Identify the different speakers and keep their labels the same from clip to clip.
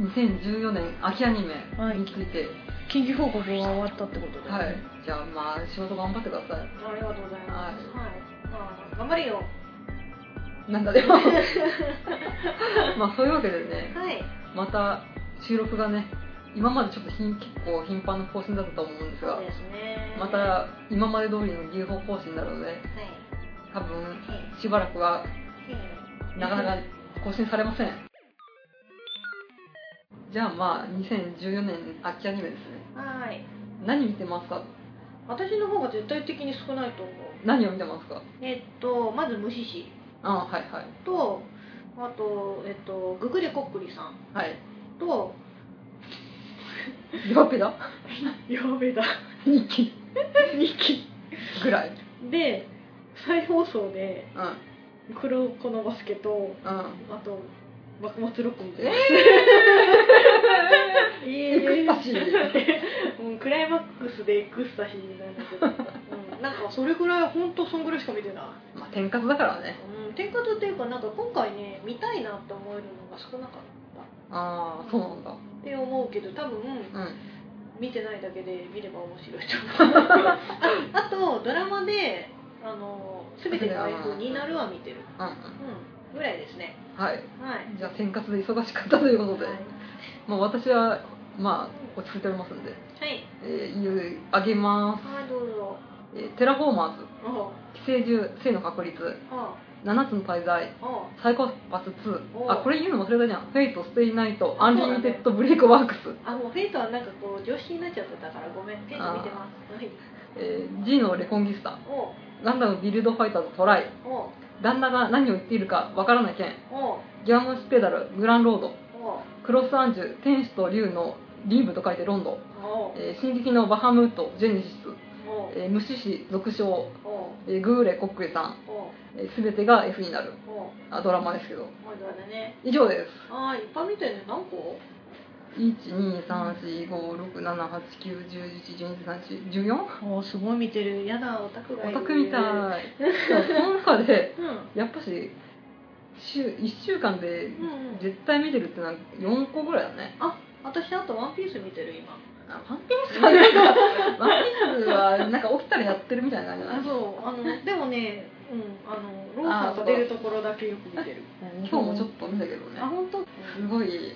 Speaker 1: 2014年秋アニメについて、
Speaker 2: 緊急報告が終わったってことで、
Speaker 1: はい、じゃあまあ仕事頑張ってくださ
Speaker 3: ありがとうございます。はい。まあ頑張れよ。
Speaker 1: いなんだでも まあそういうわけでね
Speaker 3: はい。
Speaker 1: また収録がね今までちょっとひん結構頻繁な更新だったと思うんです
Speaker 3: そ
Speaker 1: が
Speaker 3: うですね。
Speaker 1: ま
Speaker 3: はい。
Speaker 1: た今まで通りの牛歩更新なので多分しばらくは
Speaker 3: へいへい
Speaker 1: なかなか更新されませんじゃあまあ2014年秋アニメですね
Speaker 3: はい。
Speaker 1: 何見てますか
Speaker 3: 私の方が絶対的に少ないと思う。
Speaker 1: 何を見てますか
Speaker 3: えっとまず無視し
Speaker 1: ああはいはい
Speaker 3: とあとえっとググレコックリさん
Speaker 1: はい
Speaker 3: と
Speaker 1: 弱ペだ
Speaker 3: やべだ
Speaker 1: 日記
Speaker 3: 日記
Speaker 1: ぐらい
Speaker 3: で再放送で
Speaker 1: うん
Speaker 3: 黒子のバスケと
Speaker 1: うん
Speaker 3: あと幕末録音
Speaker 1: え
Speaker 3: え
Speaker 1: エクスタシー
Speaker 3: うん、クライマックスでエクスタシーになるんだけど、うん、なんかそれぐらい本当そんぐらいしか見てな
Speaker 1: まあ転活だからね
Speaker 3: い、うん、てかとっていうかなんか今回ね見たいなって思えるのが少なかった
Speaker 1: ああそうなんだ
Speaker 3: って思うけど多分
Speaker 1: うん
Speaker 3: 見てないだけで見れば面白い と思うあとドラマで「あの全ての英語になる」は見てる、
Speaker 1: うん
Speaker 3: うん、ぐらいですね
Speaker 1: うんはい
Speaker 3: はい
Speaker 1: じゃあ転活で忙しかったということで、
Speaker 3: はい
Speaker 1: まあ私はまあ落ち着いておりますんで、
Speaker 3: はい
Speaker 1: えー、いうあげます、
Speaker 3: はいどうぞ
Speaker 1: えーテラフォーマーズ
Speaker 3: あ
Speaker 1: 寄生獣性の確率
Speaker 3: あ
Speaker 1: 7つの滞在
Speaker 3: ああ
Speaker 1: サイコパス
Speaker 3: おう
Speaker 1: 2あこれ言うの忘れたじゃんフェイトステイナイトアンリミテッドブレイクワークス、
Speaker 3: あもうフェイトはなんかこう常識になっちゃってたからごめんフェイト見てますはい
Speaker 1: えー G のレコンギスタ
Speaker 3: おう
Speaker 1: ガンダムビルドファイターズトライ
Speaker 3: おう
Speaker 1: 旦那が何を言っているかわからない件
Speaker 3: おう
Speaker 1: ギャムスペダルグランロード
Speaker 3: おう
Speaker 1: クロスアンジュ天使と竜のリーブと書いてロンド、
Speaker 3: おう
Speaker 1: えー、進撃のバハムートジェネシス、
Speaker 3: おう
Speaker 1: えー、無視死続称、
Speaker 3: おう
Speaker 1: えー、グーレコックレさん、
Speaker 3: おう
Speaker 1: えー、全てが F になる
Speaker 3: おう
Speaker 1: あドラマですけど
Speaker 3: おいどうだね
Speaker 1: 以上です
Speaker 3: ああいっぱい見てるね何個
Speaker 1: 1234567891011121314
Speaker 3: おすごい見てるやだオタクが
Speaker 1: オ
Speaker 3: いる
Speaker 1: タクみたいその中で
Speaker 3: うん
Speaker 1: やっぱし週1週間で
Speaker 3: うんうん
Speaker 1: 絶対見てるってのは4個ぐらいだね
Speaker 3: あ私あと「ワンピース見てる今
Speaker 1: あワンピースはなんかワンピースはなんか起きたらやってるみたいな感じだ
Speaker 3: あ
Speaker 1: ね
Speaker 3: そうあのでもねうんあのローさんが出るところだけよく見てる
Speaker 1: 今日もちょっと見たけど
Speaker 3: あ
Speaker 1: ね
Speaker 3: 本当
Speaker 1: すごい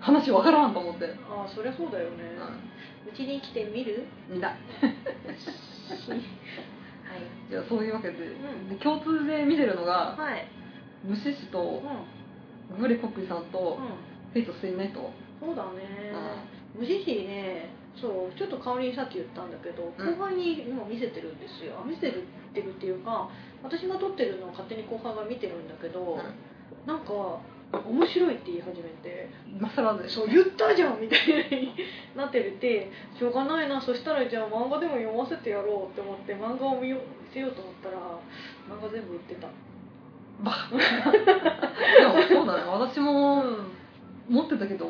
Speaker 1: 話わからんと思って、う
Speaker 3: あそりゃそうだよね
Speaker 1: ん、
Speaker 3: うちに来て見る
Speaker 1: 見た
Speaker 3: はい
Speaker 1: じゃあそういうわけで,、
Speaker 3: ん
Speaker 1: で共通で見てるのが
Speaker 3: はい
Speaker 1: 無視師
Speaker 3: う
Speaker 1: と
Speaker 3: ん
Speaker 1: グレコックリさんと
Speaker 3: うん
Speaker 1: フェイトスイナイト
Speaker 3: そうだね、無慈悲ねそうちょっと香りにさっき言ったんだけど
Speaker 1: うん
Speaker 3: 後輩に今見せてるんですよ、あ見せてるっていうか私が撮ってるのを勝手に後輩が見てるんだけど、なんか面白いって言い始めて
Speaker 1: 今更で
Speaker 3: そう言ったじゃんみたいに なってるってしょうがないなそしたらじゃあ漫画でも読ませてやろうって思って漫画を見よ見せようと思ったら漫画全部売ってた
Speaker 1: でもそうだね私
Speaker 3: う
Speaker 1: も
Speaker 3: ん
Speaker 1: 持ってたけど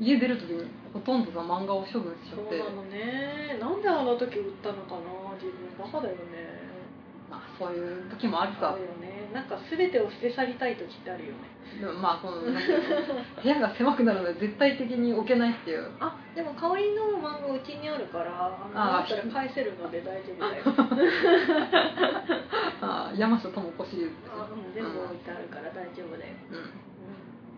Speaker 1: 家出る時にほとんどさ漫画を処分しちゃ
Speaker 3: そ
Speaker 1: っ
Speaker 3: う
Speaker 1: て
Speaker 3: なのねなんであの時売ったのかな自分バカだよね
Speaker 1: まあそういう時もある
Speaker 3: あ
Speaker 1: さ
Speaker 3: るよねなんか全てを捨て去りたい時ってあるよね
Speaker 1: でもまあこのなんてい うの部屋が狭くなるので絶対的に置けないっていう
Speaker 3: あでも香りの漫画うちにあるからあ
Speaker 1: あ
Speaker 3: のだったら返せるので大丈夫だよあ
Speaker 1: ああ山下智子シリーズです
Speaker 3: うん全部置いてあるから大丈夫だよ、
Speaker 1: うん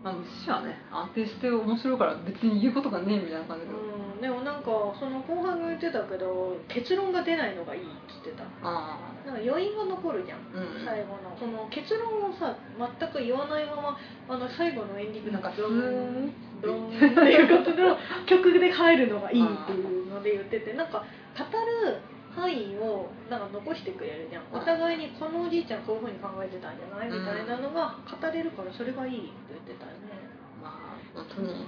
Speaker 1: まあ虫はね安定して面白いから別に言うことがねえみたいな感じで、
Speaker 3: うん、でもなんかその後半が言ってたけど結論が出ないのがいいっつってた
Speaker 1: あ
Speaker 3: なんか余韻が残るじゃん
Speaker 1: あうん
Speaker 3: 最後のその結論をさ全く言わないままあの最後のエンディング
Speaker 1: なんかス
Speaker 3: ドー
Speaker 1: ー
Speaker 3: ン
Speaker 1: ン
Speaker 3: ドーンっていうことの曲で入るのがいいっていうので言っててなんか語る範囲をなんか残してくれるじゃん
Speaker 1: うん
Speaker 3: お互いにこのおじいちゃんこういうふうに考えてたんじゃないみたいなのが語れるからそれがいいって言ってたよね
Speaker 1: まあ本当に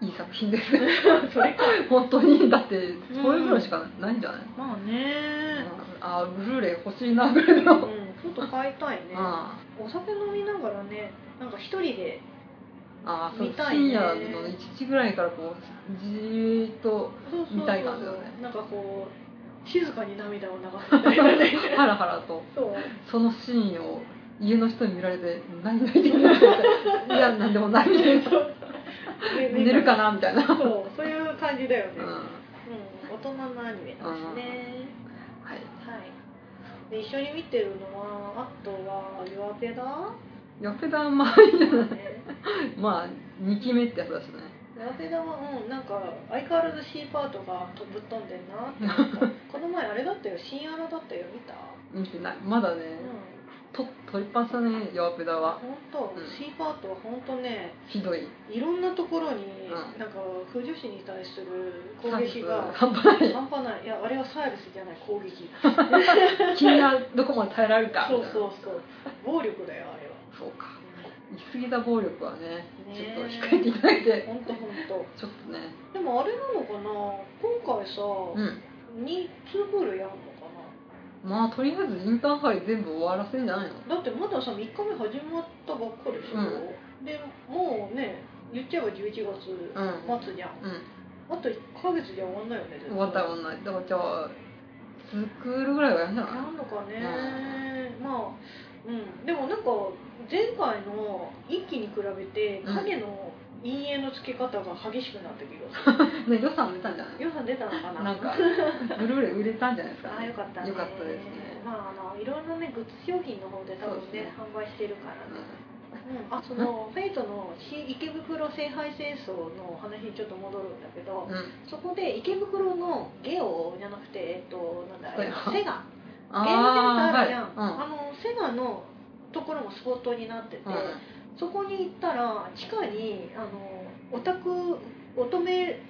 Speaker 1: いい作品です
Speaker 3: それか
Speaker 1: 本当にだってそういうぐらいしかないんじゃない、
Speaker 3: まあね
Speaker 1: ああブルーレイ欲しいなぐらいの、
Speaker 3: う
Speaker 1: うん
Speaker 3: んちょっと買いたいね
Speaker 1: あ
Speaker 3: お酒飲みながらねなんか一人で
Speaker 1: ああそう
Speaker 3: 見たい
Speaker 1: 深
Speaker 3: ね
Speaker 1: 夜の1時ぐらいからこうじーっ と
Speaker 3: そうそうそう
Speaker 1: 見たい感じだね
Speaker 3: なんかこう静かに涙を流すみたいなね
Speaker 1: ハラハラと
Speaker 3: そう
Speaker 1: そのシーンを家の人に見られて「何泣いてるの?」って言ったら「いや何でもない」みたいな
Speaker 3: で
Speaker 1: 寝るかなみたいな、
Speaker 3: そうそういう感じだよね、
Speaker 1: う
Speaker 3: うんん、
Speaker 1: は
Speaker 3: 大人のアニメだしね、
Speaker 1: い
Speaker 3: はいで一緒に見てるのはあとは「弱ペダ」
Speaker 1: ヤペダまあ
Speaker 3: ね
Speaker 1: まあ2期目ってやつだしね
Speaker 3: ラペダはうんなんか相変わらず C パートがぶっ飛んでんなって思った この前あれだったよ新アラだったよ見た
Speaker 1: 見てないまだね
Speaker 3: うん
Speaker 1: と取りっぱなしだねヤペダは
Speaker 3: 本当、
Speaker 1: うん
Speaker 3: C パートは本当ね
Speaker 1: ひどい
Speaker 3: いろんなところに、
Speaker 1: うん
Speaker 3: なんか腐女子に対する攻撃が
Speaker 1: 半端ない
Speaker 3: 半端ないいやあれはサイレスじゃない攻撃
Speaker 1: 君がどこまで耐えられるか
Speaker 3: そう
Speaker 1: みたいな
Speaker 3: そうそう暴力だよあれは
Speaker 1: そうか行き過ぎた暴力はね
Speaker 3: ね
Speaker 1: ちょっと控えていただいて
Speaker 3: 本当本
Speaker 1: ちょっとね
Speaker 3: 当でもあれなのかな今回さ、
Speaker 1: うん
Speaker 3: に2ホールやんのかな
Speaker 1: まあとりあえずインターハイ全部終わらせるんじゃないの
Speaker 3: だってまださ3日目始まったばっかりでしょ、でもうね言っちゃえば11月
Speaker 1: うん
Speaker 3: 末じゃん、
Speaker 1: うん
Speaker 3: あと1ヶ月じゃ終わんないよね絶対
Speaker 1: 終わったら終わんないだからじゃあ作るぐらいはやんじゃない
Speaker 3: なんのかね、まあうんでもなんか前回の一期に比べて
Speaker 1: うん
Speaker 3: 影の陰影のつけ方が激しくなった気がする
Speaker 1: ね予算出たんじゃない
Speaker 3: 予算出たのかな
Speaker 1: なんかブルーレイ売れたんじゃないですか、
Speaker 3: ああよかったね
Speaker 1: よかったですね
Speaker 3: まああのいろんなねグッズ商品の方で多分
Speaker 1: そうで
Speaker 3: ね
Speaker 1: すね
Speaker 3: 販売してるからねうん
Speaker 1: う
Speaker 3: あその フェイトのし池袋聖杯戦争の話にちょっと戻るんだけど
Speaker 1: ん、うん、
Speaker 3: そこで池袋のゲオじゃなくてえっとなんだあれ
Speaker 1: そうよ
Speaker 3: セガゲームセンター
Speaker 1: あー
Speaker 3: あるじゃんあ,、
Speaker 1: はい
Speaker 3: のセガのところもスポットになってて、
Speaker 1: うんうん
Speaker 3: そこに行ったら地下にあのオタク乙女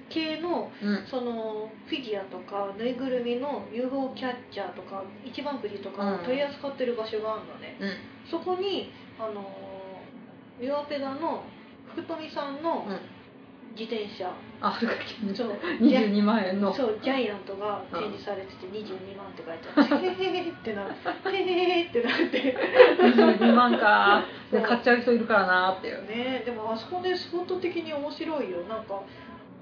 Speaker 3: 系の
Speaker 1: うん
Speaker 3: そのフィギュアとかぬいぐるみの UFO キャッチャーとか一番くじとかを取り扱ってる場所があるのね、
Speaker 1: うん
Speaker 3: そこにあのユアペダの福富さんの
Speaker 1: うん
Speaker 3: 自転車、
Speaker 1: あはがき
Speaker 3: そうジャ
Speaker 1: 22万円の
Speaker 3: そうジャイアントが展示されてて22万って書いてあって「 へへへへ」ってな「へへへ」ってなって
Speaker 1: 22万か
Speaker 3: そう
Speaker 1: で買っちゃう人いるからなっていう
Speaker 3: ねでもあそこでスポット的に面白いよなんか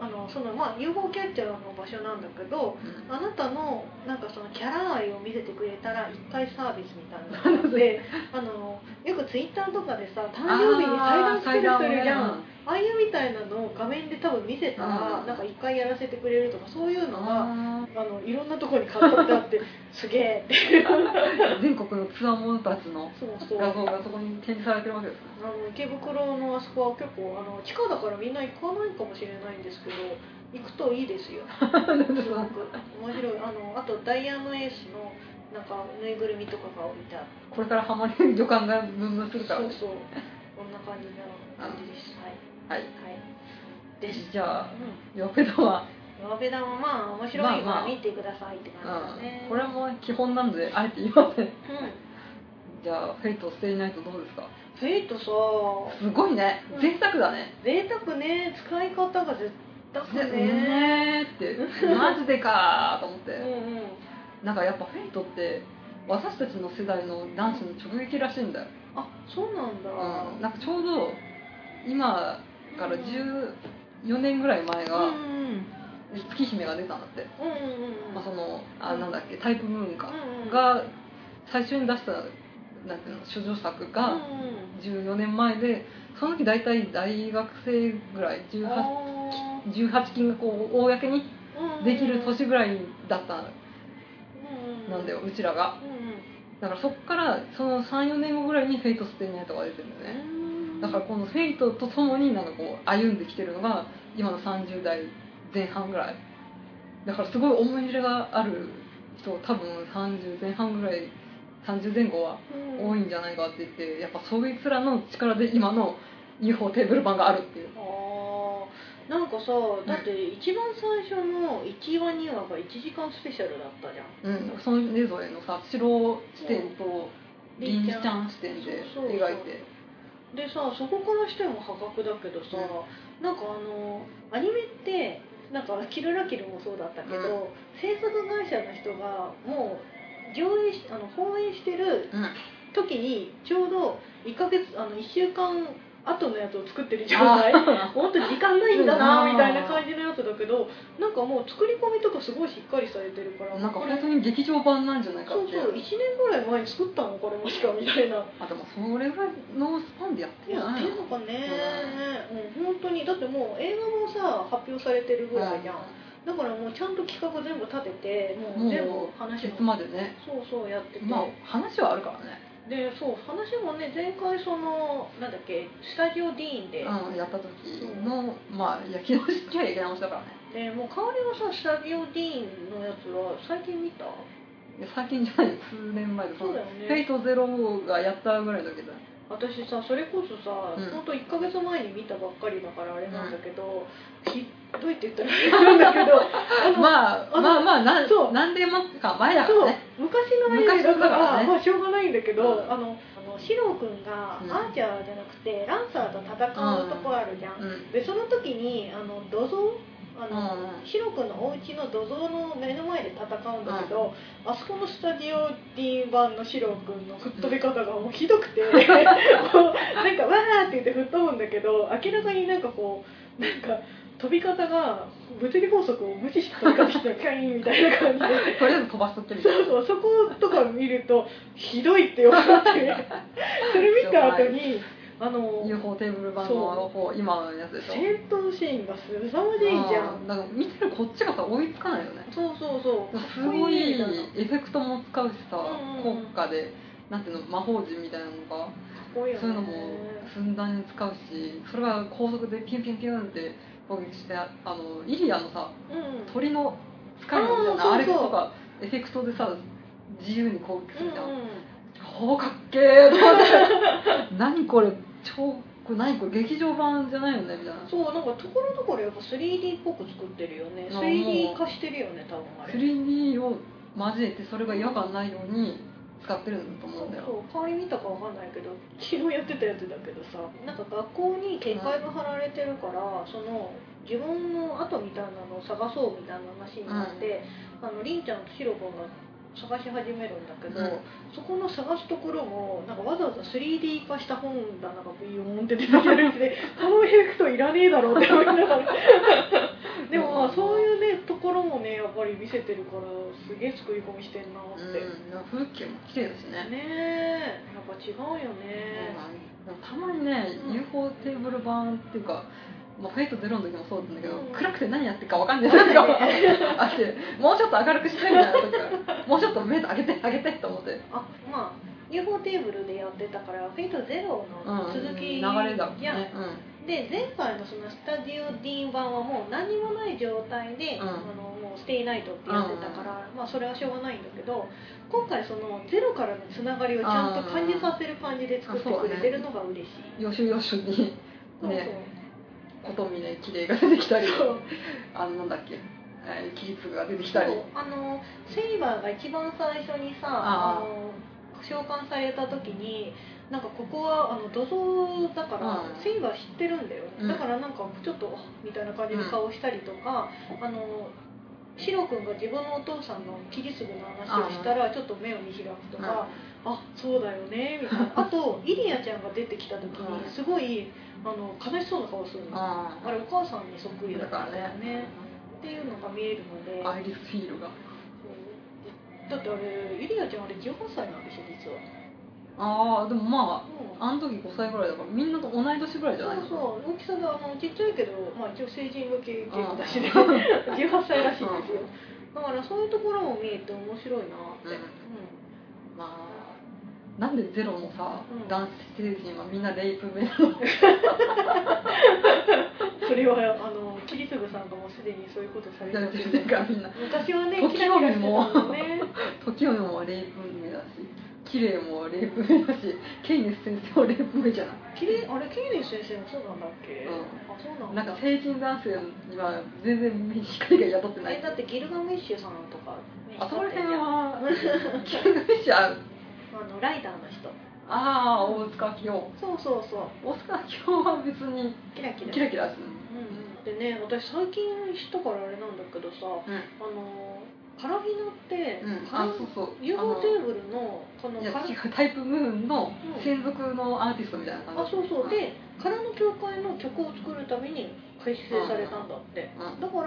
Speaker 3: あのそのまあ UFO キャッチャーの場所なんだけど
Speaker 1: うん
Speaker 3: あなたのなんかそのキャラ愛を見せてくれたら1回サービスみたいなのがあってあのよくツイッターとかでさ誕生日に祭壇作る人いるじゃんああいうみたいなのを画面で多分見せたら、
Speaker 1: うん
Speaker 3: なんか1回やらせてくれるとかそういうのが
Speaker 1: あ
Speaker 3: あのいろんなところに飾ってあってすげえって
Speaker 1: ー全国のツアー者たちの
Speaker 3: そうそう
Speaker 1: 画
Speaker 3: あの
Speaker 1: 像がそこに展示されてるわけですね
Speaker 3: 池袋のあそこは結構あの地下だからみんな行かないかもしれないんですけど行くといいですよすごく面白いあのあとダイヤのエースのなんかぬいぐるみとかが置いてあって
Speaker 1: これからハマれる予感がムンムンするから
Speaker 3: そうそうこんな感じな感じですはい
Speaker 1: は
Speaker 3: は
Speaker 1: い
Speaker 3: いです
Speaker 1: じゃあ
Speaker 3: うん
Speaker 1: ヨペドは、
Speaker 3: 弱べだもまあ面白いか
Speaker 1: まあま
Speaker 3: ら
Speaker 1: あ
Speaker 3: 見てくださいって感じだね
Speaker 1: うん、これも基本なのであえて言いません
Speaker 3: うん
Speaker 1: じゃあフェイトステイナイトどうですか
Speaker 3: フェイトさ
Speaker 1: すごいね
Speaker 3: うん
Speaker 1: 前作だね
Speaker 3: 贅沢ね使い方が絶
Speaker 1: ね
Speaker 3: 対ね
Speaker 1: ね ーってマジでかーと思って、
Speaker 3: うんうん
Speaker 1: なんかやっぱフェイトって私たちの世代の男子の直撃らしいんだよ、
Speaker 3: あそうなんだ、
Speaker 1: うん、なんかちょうど今から14年ぐらい前
Speaker 3: うん
Speaker 1: が
Speaker 3: うんうん
Speaker 1: 月姫が出たんだって、
Speaker 3: うんうんうん
Speaker 1: まあ、そのあなんだっけタイプムーンか
Speaker 3: うんうん
Speaker 1: が最初に出したなんていうの処女作が、
Speaker 3: うん
Speaker 1: 14年前でその時大体大学生ぐらい
Speaker 3: うん
Speaker 1: 18
Speaker 3: あ
Speaker 1: 18金がこう公に
Speaker 3: ーうんうん
Speaker 1: できる年ぐらいだった
Speaker 3: うんうん
Speaker 1: なんだようちらが
Speaker 3: うんうん
Speaker 1: だからそっからその34年後ぐらいに「フェイトステイナイト」が出てるんだよ
Speaker 3: う
Speaker 1: ね
Speaker 3: ん
Speaker 1: だからこの「フェイト」と共になんかこう歩んできてるのが今の30代前半ぐらいだからすごい思い入れがある人多分30前半ぐらい30前後は
Speaker 3: うん
Speaker 1: 多いんじゃないかって言ってやっぱそういうらの力で今の UFO テーブル版があるっていう
Speaker 3: あーなんかさだって一番最初の1話2話が1時間スペシャルだったじゃん
Speaker 1: うん、それぞれのさ白視点と銀
Speaker 3: り
Speaker 1: 視
Speaker 3: ん
Speaker 1: ちゃん視点で描いて
Speaker 3: でさそこからしても破格だけどさ、なんかあのアニメってなんか「キルラキル」もそうだったけど、
Speaker 1: う
Speaker 3: 制作会社の人がもう上映しあの放映してる
Speaker 1: うん
Speaker 3: 時にちょうど1ヶ月あの1週間後のやつを作ってる状態もっと時間ないんだな
Speaker 1: うん
Speaker 3: みたいな感じのやつだけどなんかもう作り込みとかすごいしっかりされてるから
Speaker 1: なんか
Speaker 3: こ
Speaker 1: 本
Speaker 3: れ
Speaker 1: 当に劇場版なんじゃないか
Speaker 3: そ
Speaker 1: っ
Speaker 3: う
Speaker 1: て
Speaker 3: そう1年ぐらい前に作ったのこれもしかみたいな
Speaker 1: あでもそれぐらいのスパンでやってるんじゃ
Speaker 3: やっ
Speaker 1: な
Speaker 3: て
Speaker 1: い
Speaker 3: んの
Speaker 1: の
Speaker 3: かねうん本当にだってもう映画もさ発表されてるぐらいじゃんだからもうちゃんと企画全部立ててもう全部
Speaker 1: もう
Speaker 3: 話
Speaker 1: い
Speaker 3: も
Speaker 1: つまでね
Speaker 3: そうそうやってて、
Speaker 1: まあ話はあるからね
Speaker 3: でそう話もね前回そのなんだっけスタジオディーンで、
Speaker 1: うんやった時のまあ焼き直しきゃ焼き直しだからね
Speaker 3: でもう香りはさスタジオディーンのやつは最近見た
Speaker 1: いや最近じゃない数年前で
Speaker 3: そうだよ
Speaker 1: フェイ
Speaker 3: ね
Speaker 1: トゼロがやったぐらいだけど
Speaker 3: 私さそれこそさ、
Speaker 1: うん
Speaker 3: ほんと1ヶ月前に見たばっかりだからあれなんだけど、ひどいって言ったらあれなんだけどあ の
Speaker 1: まあ
Speaker 3: あの
Speaker 1: まあまあなん
Speaker 3: そう
Speaker 1: 何年もか前だ か
Speaker 3: そう
Speaker 1: らね
Speaker 3: 昔のアニメだ
Speaker 1: 昔
Speaker 3: か
Speaker 1: だかららね
Speaker 3: まあしょうがないんだけど、
Speaker 1: うん
Speaker 3: あのあのシロウくんが
Speaker 1: うん
Speaker 3: アーチャーじゃなくてランサーと戦うとこあるじゃん、
Speaker 1: うん
Speaker 3: でその時にあの土蔵あの、
Speaker 1: うんうん
Speaker 3: シロ君のお家の土蔵の目の前で戦うんだけど、あそこのスタジオ D 版のシロ君の吹っ飛び方がもうひどく て、こうなんかわーって言って吹っ飛ぶんだけど明らかになんかこうなんか飛び方が物理法則を無視して飛び方 してキャインみたいな感じで。
Speaker 1: とりあえず飛ばすってみた
Speaker 3: そ
Speaker 1: いう
Speaker 3: そうそことか見るとひどいって思って それ見た後にあの
Speaker 1: な UFO テーブル版の方今のやつでしょ
Speaker 3: 戦闘シーンが凄まじいじゃん
Speaker 1: うんなんか見てるこっちがさ追いつかないよね
Speaker 3: そうそうそう
Speaker 1: すごいエ
Speaker 3: かっこ
Speaker 1: フェクトも使うしさ
Speaker 3: うんうんう
Speaker 1: 効
Speaker 3: ん
Speaker 1: 果でなんていうの魔法陣みたいなのが
Speaker 3: こいいよね
Speaker 1: そういうのもふんだんに使うしそれが高速でピュンピュンピュンって攻撃してあのイリアのさ
Speaker 3: うん
Speaker 1: 鳥の使いみたいな
Speaker 3: あ
Speaker 1: あ
Speaker 3: ー
Speaker 1: れ
Speaker 3: そうそう
Speaker 1: とかエフェクトでさ自由に攻撃するじゃん、
Speaker 3: うんうん
Speaker 1: ほうかっけーと思って何これ超これ何これ劇場版じゃないよねみたいな
Speaker 3: そうなんかところどころやっぱ 3D っぽく作ってるよね
Speaker 1: あ
Speaker 3: 3D 化してるよね多分あれ
Speaker 1: 3D を交えてそれが違和感ないように使ってるんだと思うんだよ
Speaker 3: そう香り見たかわかんないけど昨日やってたやつだけどさなんか学校に警戒が張られてるから、その自分の跡みたいなのを探そうみたいな話になって、あのりんちゃんとしろくんが探し始めるんだけど、
Speaker 1: うん
Speaker 3: そこの探すところもなんかわざわざ 3D 化した本棚がビヨーンって出てきてるってこのエフェクトいらねえだろうって思いな がらでもまあそういうねところもねやっぱり見せてるからすげえ作り込みしてんなっ
Speaker 1: う
Speaker 3: て。
Speaker 1: ん、でも風景も綺麗だしね
Speaker 3: ねえやっぱ違うよね、
Speaker 1: でもたまにね、
Speaker 3: うん
Speaker 1: UFO テーブル版っていうか、まあ、フェイトゼロの時もそうだったんだけど、
Speaker 3: うん
Speaker 1: 暗くて何やってるか分かんな
Speaker 3: わ
Speaker 1: い
Speaker 3: かん
Speaker 1: 時 が
Speaker 3: ない
Speaker 1: あってもうちょっと明るくしたいみたいな時があるもうちょっと目開けて開けてと思って
Speaker 3: あまあ UFO テーブルでやってたからフェイトゼロの続き、
Speaker 1: うん、流れだもん
Speaker 3: や
Speaker 1: ね、うん
Speaker 3: で前回のそのスタジオ D 版はもう何もない状態で、
Speaker 1: うん
Speaker 3: あのもうステイナイトってやってたから、まあそれはしょうがないんだけど今回そのゼロからのつながりをちゃんと感じさせる感じで作ってくれてるのが嬉しい、
Speaker 1: よしよしに
Speaker 3: そ
Speaker 1: そうう
Speaker 3: そう、
Speaker 1: ね琴峰綺麗が出てきたり
Speaker 3: そう
Speaker 1: あのなんだっけえー桐次が出てきたり
Speaker 3: そうあのセイバーが一番最初にさあ
Speaker 1: ああ
Speaker 3: の召喚された時になんかここはあの土蔵だから、
Speaker 1: うん
Speaker 3: セイバー知ってるんだよ、
Speaker 1: うん
Speaker 3: だからなんかちょっとあみたいな感じの顔したりとか、あのシロ君が自分のお父さんのキリスグの話をしたらちょっと目を見開くとか、あそうだよねみたい なあとイリアちゃんが出てきた時
Speaker 1: う
Speaker 3: に
Speaker 1: ん
Speaker 3: すごいあの悲しそうな顔する
Speaker 1: うん
Speaker 3: の、あ
Speaker 1: あ
Speaker 3: れお母さんにそっくり
Speaker 1: ー
Speaker 3: だ
Speaker 1: だ
Speaker 3: か
Speaker 1: からら
Speaker 3: ね
Speaker 1: ね
Speaker 3: っていうのが見えるので。
Speaker 1: アイリス・フィールが
Speaker 3: だってあれゆりなちゃんあれ18歳なんでしょ実は、
Speaker 1: ああでもま
Speaker 3: うん
Speaker 1: ああの時5歳ぐらいだからみんなと同い年ぐらいじゃないの
Speaker 3: そうそう大きさがあのちっちゃいけど、まあ、一応成人向け元気だしね
Speaker 1: うん
Speaker 3: 18歳らしいんですよだからそういうところも見えて面白いなって、
Speaker 1: うんまあなんでゼロのさ、
Speaker 3: うん
Speaker 1: 男性陣はみんなレイプ目
Speaker 3: それはあの桐次さんがもうすでにそういうことされ
Speaker 1: だ
Speaker 3: て
Speaker 1: ったて
Speaker 3: け
Speaker 1: る
Speaker 3: ど
Speaker 1: からみんな
Speaker 3: 昔はね
Speaker 1: 時
Speaker 3: キラキラして
Speaker 1: 折
Speaker 3: た
Speaker 1: も
Speaker 3: もんね
Speaker 1: 時読もレイプ目だし綺麗もレイプ目だしケイネス先生もレイプ目じゃない
Speaker 3: きれいあれケイリン先生もそうなんだっけ、
Speaker 1: うん
Speaker 3: あそうなんだ
Speaker 1: なんか成人男性には全然目に光が宿ってな
Speaker 3: え
Speaker 1: い
Speaker 3: だってギルガメッシュさんとか、ね
Speaker 1: あそこら辺
Speaker 3: あ
Speaker 1: はキングフィッシャー
Speaker 3: のライダーの人
Speaker 1: ああ大塚明夫
Speaker 3: そうそうそう
Speaker 1: 大塚明夫は別に
Speaker 3: キラキラ
Speaker 1: キラキラする
Speaker 3: うんうんでね私最近知ったからあれなんだけどさ
Speaker 1: うん
Speaker 3: あのーカラフィナって、
Speaker 1: うん
Speaker 3: カラ
Speaker 1: あそうそう
Speaker 3: 融合テーブルのこ
Speaker 1: あ
Speaker 3: の
Speaker 1: のいや
Speaker 3: カラ
Speaker 1: 違うタイプムーンの
Speaker 3: うん
Speaker 1: 専属のアーティストみたいな感じ
Speaker 3: あそうそう
Speaker 1: うん
Speaker 3: で空の教会の曲を作るために改正されたんだって
Speaker 1: うん
Speaker 3: だからあ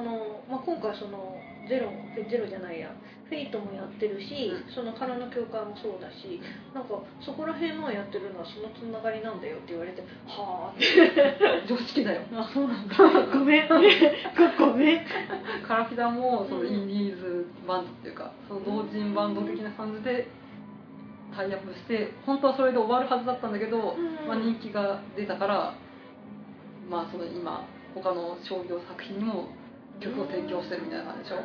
Speaker 3: の、まあ、今回そのゼロえゼロじゃないやフェイトもやってるし、
Speaker 1: う
Speaker 3: その空の教会もそうだしなんかそこら辺のやってるのはそのつながりなんだよって言われては あって
Speaker 1: 常識だよ
Speaker 3: あそうなん だご めんごごめん
Speaker 1: カラフィダもその
Speaker 3: うん
Speaker 1: インディーズバンドっていうかその同人バンド的な感じでタイアップして本当はそれで終わるはずだったんだけど、まあ、人気が出たからまあその今他の商業作品にも曲を提供してるみたいな感じでしょ
Speaker 3: な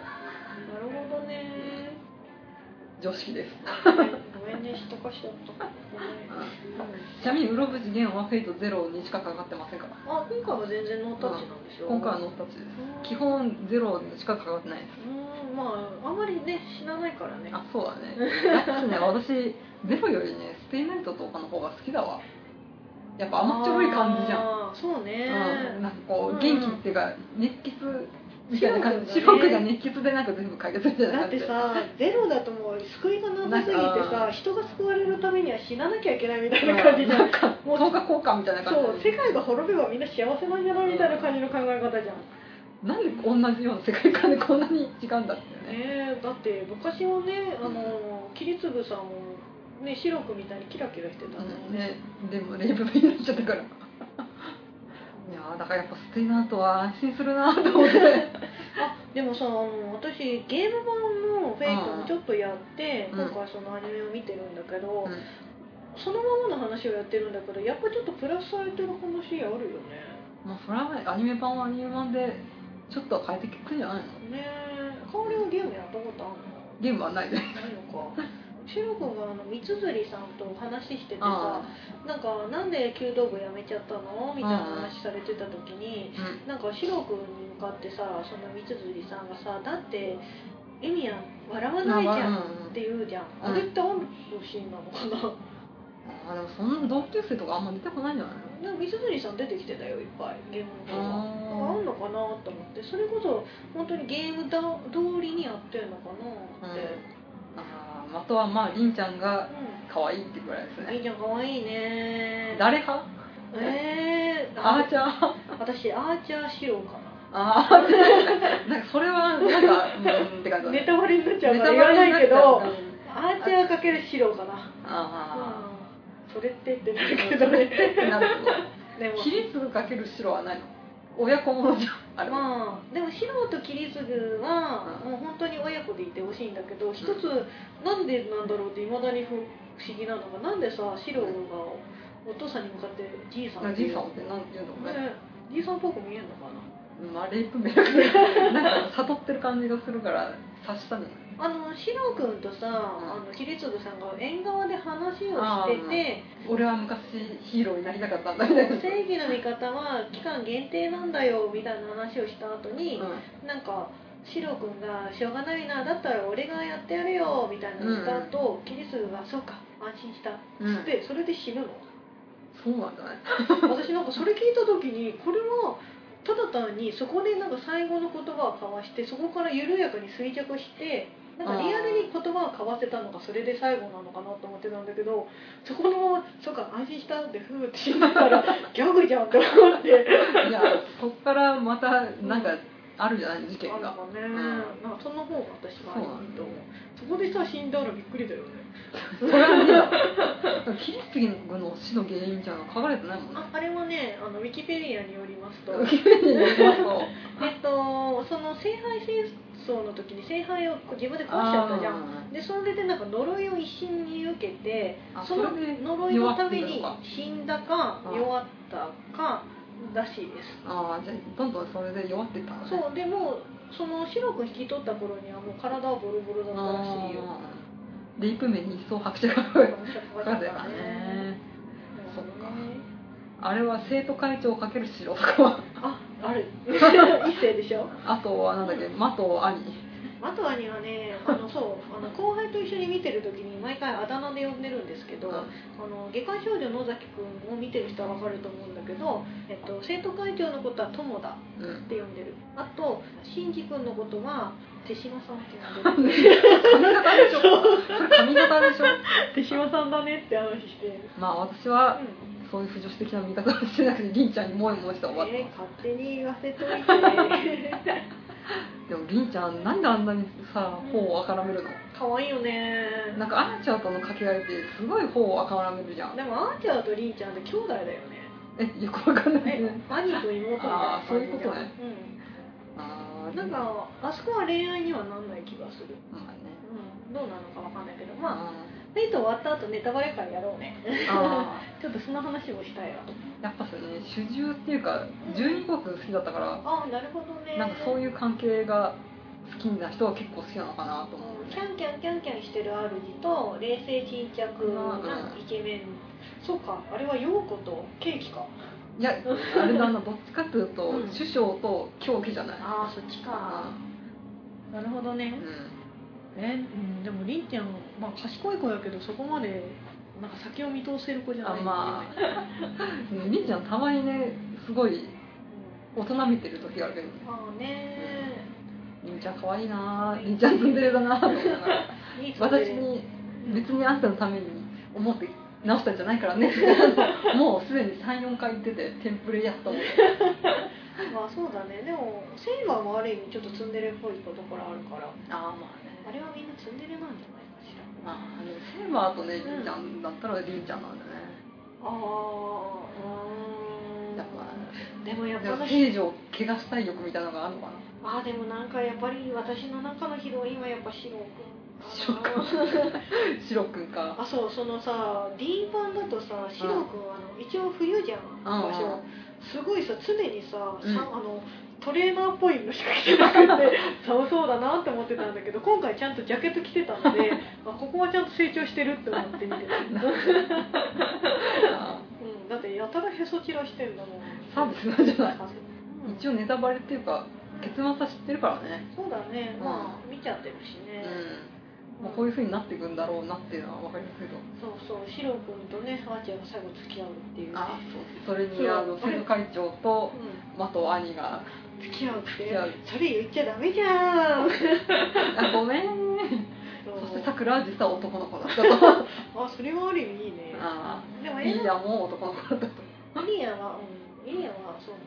Speaker 3: るほどね
Speaker 1: 常識です
Speaker 3: ごめんごめんねしとかしちゃったごめん、うん
Speaker 1: ちなみに室伏玄はフェイトゼロにしかかかってませんから
Speaker 3: あ今回は全然ノータッチなんでしょ
Speaker 1: 今回はノータッチです
Speaker 3: うん
Speaker 1: 基本ゼロにしかかかってないです
Speaker 3: うんまああまりね知らないからね
Speaker 1: あそうだねだってね私ゼロよりねステイナイトとかの方が好きだわやっぱ甘っちょろい感じじゃん、
Speaker 3: あーそうね、
Speaker 1: うん、なんかこ
Speaker 3: うん
Speaker 1: う元気っていうか熱血みたいな感じ
Speaker 3: 視
Speaker 1: 視
Speaker 3: 力がね
Speaker 1: 力が熱血でなんか全部解決みたいな
Speaker 3: だっ
Speaker 1: 感じ
Speaker 3: て
Speaker 1: で
Speaker 3: さゼロだともう救いがなさすぎて
Speaker 1: なん
Speaker 3: さ人が救われるためには死ななきゃいけないみたいな感じじゃん、
Speaker 1: うんなんか
Speaker 3: もう
Speaker 1: 等価交換みたいな
Speaker 3: そ
Speaker 1: 感
Speaker 3: う
Speaker 1: じ
Speaker 3: 世界が滅べばみんな幸せなんじゃないみたいな感じの考え方じゃん、
Speaker 1: なんで同じような世界観でこんなに違うんだっていうね
Speaker 3: ねえだって昔はねあの桐粒さんもね白くみたいにキラキラしてたの
Speaker 1: うんねでもレイプになっちゃったからいやーだからやっぱステイナイトは安心するなと思って
Speaker 3: あでもさあの私ゲーム版の「フェイトもちょっとやって、
Speaker 1: うん
Speaker 3: 今回そのアニメを見てるんだけど、
Speaker 1: うん
Speaker 3: そのままの話をやってるんだけどやっぱちょっとプラスされてる話あるよね
Speaker 1: まあそれはねアニメ版はアニメ版でちょっと変えてくんじゃないの
Speaker 3: ねえ香りはゲームやったことある
Speaker 1: ゲームはないで
Speaker 3: のないのか シロ君があの三つづりさんとお話ししててさ
Speaker 1: あ
Speaker 3: なんかなんで弓道部やめちゃったのみたいな話されてた時に、
Speaker 1: あうん
Speaker 3: なんかシロ君に向かってさその三つづりさんがさ「だってエミヤン笑わないじゃん」って言うじゃん、
Speaker 1: う
Speaker 3: あ
Speaker 1: ん
Speaker 3: れってあるシーンなのかな
Speaker 1: あでもそんな同級生とかあんま出てこないんじゃない
Speaker 3: な
Speaker 1: の
Speaker 3: んか三つづりさん出てきてたよいっぱいゲームの方は。あ
Speaker 1: あ
Speaker 3: んのかなと思ってそれこそ本当にゲームだ通りにやってるのかな
Speaker 1: ー、
Speaker 3: っ
Speaker 1: うん
Speaker 3: て、
Speaker 1: あーあとはまありんちゃんが
Speaker 3: う
Speaker 1: 可愛いってぐらいです
Speaker 3: ん、い
Speaker 1: ね
Speaker 3: いじゃん可愛いね
Speaker 1: 誰派
Speaker 3: えー、
Speaker 1: あーちゃん
Speaker 3: 私アーチャーシローか
Speaker 1: あー なんかそれはなんかうんって感じ
Speaker 3: な
Speaker 1: だ
Speaker 3: ネ
Speaker 1: ね
Speaker 3: タバレになっちゃうから
Speaker 1: ネ
Speaker 3: 言わ
Speaker 1: タバレに
Speaker 3: ないけ
Speaker 1: っちゃう
Speaker 3: ど
Speaker 1: うん
Speaker 3: アーチャーかけるシローかな
Speaker 1: あ
Speaker 3: うんそれってってなる
Speaker 1: あ
Speaker 3: けどね
Speaker 1: ってなる
Speaker 3: でも
Speaker 1: とキリツかける白はないの親子ものじゃんあれは
Speaker 3: まあでもシローとキリズグは
Speaker 1: うん
Speaker 3: もう本当に親子でいてほしいんだけど一つなんでなんだろうっていまだに不思議なのがなんでさシローがお父さんに向かってじいさん
Speaker 1: な
Speaker 3: っ
Speaker 1: ん
Speaker 3: て
Speaker 1: か
Speaker 3: 言
Speaker 1: じいうさん
Speaker 3: の
Speaker 1: ってなんて言うんだろうね、
Speaker 3: ねじいさんっぽく見えるのかな
Speaker 1: まあレイプメールでなんか悟ってる感じがするから察したんじゃない
Speaker 3: あのシロー君とさ、あのキリズグさんが縁側で話をしてて
Speaker 1: 俺は昔ヒーローになりたかったんだみたいな
Speaker 3: 正義の味方は期間限定なんだよみたいな話をした後に、
Speaker 1: うん
Speaker 3: なんかシロ君が「しょうがないなだったら俺がやってやるよ」みたいな言った後、キリスが「そうか安心した」
Speaker 1: うん
Speaker 3: つってそれで死 ぬの
Speaker 1: そうなんじゃない
Speaker 3: 私なんかそれ聞いた時にこれはただ単にそこでなんか最後の言葉を交わしてそこから緩やかに衰弱してなんかリアルに言葉を交わせたのがそれで最後なのかなと思ってたんだけどそこのまま「そうか安心した」ってふーって死んだからギャグじゃんって思って。
Speaker 1: いやそこからまたなんかあるじゃない事件
Speaker 3: ある
Speaker 1: が
Speaker 3: かね、
Speaker 1: ん
Speaker 3: なんかその方が私は
Speaker 1: そう
Speaker 3: いい
Speaker 1: なん
Speaker 3: と
Speaker 1: だ
Speaker 3: 思うそこでさ死んだらびっくりだよね
Speaker 1: それはねだからキリツギの死の原因みたいなの書かれてないもんね
Speaker 3: ああれはねあのウィキペディアによりますと
Speaker 1: 壊
Speaker 3: えっとその聖杯戦争の時に聖杯をこう自分で壊しちゃったじゃん
Speaker 1: ん
Speaker 3: でそれでなんか呪いを一身に受けて
Speaker 1: あ
Speaker 3: そ
Speaker 1: そ
Speaker 3: の
Speaker 1: れで
Speaker 3: 呪いのために
Speaker 1: 弱って
Speaker 3: 死んだか
Speaker 1: うん
Speaker 3: 弱ったからしいです
Speaker 1: ああじゃあどんどんそれで弱ってったのね
Speaker 3: そうでもその白く引き取った頃にはもう体はボロボロだったらしいよ
Speaker 1: あーレイプ面に一層拍手がかかってたねそっかあれは生徒会長かけ る白とかは
Speaker 3: あ、ある。一世でしょ。
Speaker 1: あとはなんだっけ、マト兄。
Speaker 3: マトアにはねあのそうあの後輩と一緒に見てる時に毎回あだ名で呼んでるんですけど「あの下界少女野崎くん」を見てる人は分かると思うんだけど、えっと、生徒会長のことは友田
Speaker 1: うん
Speaker 3: って呼んでるあと新次君のことは手島さんって呼んでる
Speaker 1: 髪型でしょそれ髪型でしょ
Speaker 3: 手島さんだねって話して、
Speaker 1: まあ私
Speaker 3: う
Speaker 1: は
Speaker 3: ん、
Speaker 1: そういう不女子的な見方をしてなくてりんちゃんにモイモイして終わった
Speaker 3: えー勝手に言わせておいて
Speaker 1: でもりんちゃんなんであんなにさ頬をあからめるの
Speaker 3: 可愛いよね
Speaker 1: なんかアーチャーとの掛け合いってすごい頬をあからめるじゃん
Speaker 3: でもアーチャーとリンちゃんって兄弟だよね
Speaker 1: えよくわかんない
Speaker 3: え
Speaker 1: ね
Speaker 3: 兄と妹みたいな
Speaker 1: あーそういうことね
Speaker 3: 感じじゃん
Speaker 1: あ
Speaker 3: う
Speaker 1: ー
Speaker 3: ん、なんかあそこは恋愛にはなんない気がする、
Speaker 1: まあね
Speaker 3: うん、どうなのかわかんないけどまあ
Speaker 1: あ
Speaker 3: デート終わった後ネタバレ会やろうね
Speaker 1: ーあ
Speaker 3: ちょっとその話もしたいわ
Speaker 1: ーやっぱさね主従っていうか12個好きだったから
Speaker 3: ああなるほどね
Speaker 1: なんかそう
Speaker 3: う
Speaker 1: いう関係が好きな人は結構好きなのかなと思う、
Speaker 3: ん
Speaker 1: ね
Speaker 3: キ、ャンキャンキャンキャンしてる主と冷静沈着なイケメン、そうかあれは陽子とケーキか
Speaker 1: いやあれだなどっちかというと、
Speaker 3: うん
Speaker 1: 首相と狂気じゃない
Speaker 3: ああそっちかなるほど
Speaker 1: う
Speaker 3: ね
Speaker 1: ん
Speaker 2: え、うん、でもりんちゃん、まあ、賢い子だけどそこまでなんか先を見通せる子じゃ
Speaker 1: あ
Speaker 2: ない
Speaker 1: まありんちゃんたまにねすごい大人見てる時があるけど
Speaker 3: まあね
Speaker 1: りんちゃん可愛いなりんちゃんツンデレだなと思いなが
Speaker 3: い
Speaker 1: ら
Speaker 3: いツンデレ
Speaker 1: 私に別にあんたのために思って直したんじゃないから ねもうすでに34回言っててテンプレやったもん
Speaker 3: まあそうだねでもセイバーもある意味ちょっとツンデレっぽいところあるからあ
Speaker 1: ああまあ
Speaker 3: れはみんなツンデレなんじゃないかしら
Speaker 1: まあ、でもセーバーとね、りんちゃんだったらりんちゃんなんだね。
Speaker 3: ああ
Speaker 1: やっ
Speaker 3: でもや
Speaker 1: ぱ、
Speaker 3: っ
Speaker 1: で
Speaker 3: ぱ
Speaker 1: も
Speaker 3: 私
Speaker 1: 聖女を怪我したい欲みたいなのがあるのかな。
Speaker 3: あーでもなんかやっぱり私の中のヒロインはやっぱシロ
Speaker 1: シロ
Speaker 3: 君
Speaker 1: ウ
Speaker 3: かな
Speaker 1: シロくんか。
Speaker 3: あそうそのさ D 版だとさシロ君あの一応冬じゃん場所すごいさ常にさ,さ、
Speaker 1: うん
Speaker 3: あのトレーナーっぽいのしか着てなくて 寒そうだなって思ってたんだけど今回ちゃんとジャケット着てたの であここはちゃんと成長してるって思って見てた、うん、
Speaker 1: あ
Speaker 3: だってやたらへそ散らしてんだもん
Speaker 1: ーサービスなんじゃない
Speaker 3: うん
Speaker 1: 一応ネタバレっていうか、結末は知ってるからね。
Speaker 3: そうだねまあ見ちゃってるし
Speaker 1: う
Speaker 3: ね、
Speaker 1: ん。
Speaker 3: ま
Speaker 1: ま
Speaker 3: あ
Speaker 1: あ、こういう風になっていくんだろうなっていうのは分かりますけど。
Speaker 3: そうそうシロ君とねアーチャーが最後付き合うっていうね
Speaker 1: あーそう。それ
Speaker 3: そ
Speaker 1: に、
Speaker 3: う
Speaker 1: あの、生徒会長と、
Speaker 3: う
Speaker 1: マと兄が、
Speaker 3: ん、付き合うって
Speaker 1: 付き合う
Speaker 3: それ言っちゃダメじゃん
Speaker 1: あ、ごめん。
Speaker 3: そう
Speaker 1: そして桜は実は男の子だったと。
Speaker 3: あそれはある意味いいね
Speaker 1: あ
Speaker 3: でも
Speaker 1: あ。
Speaker 3: エ
Speaker 1: リー
Speaker 3: レ
Speaker 1: ダーも男の子だったと。
Speaker 3: イリアは、うん、イリアはそうね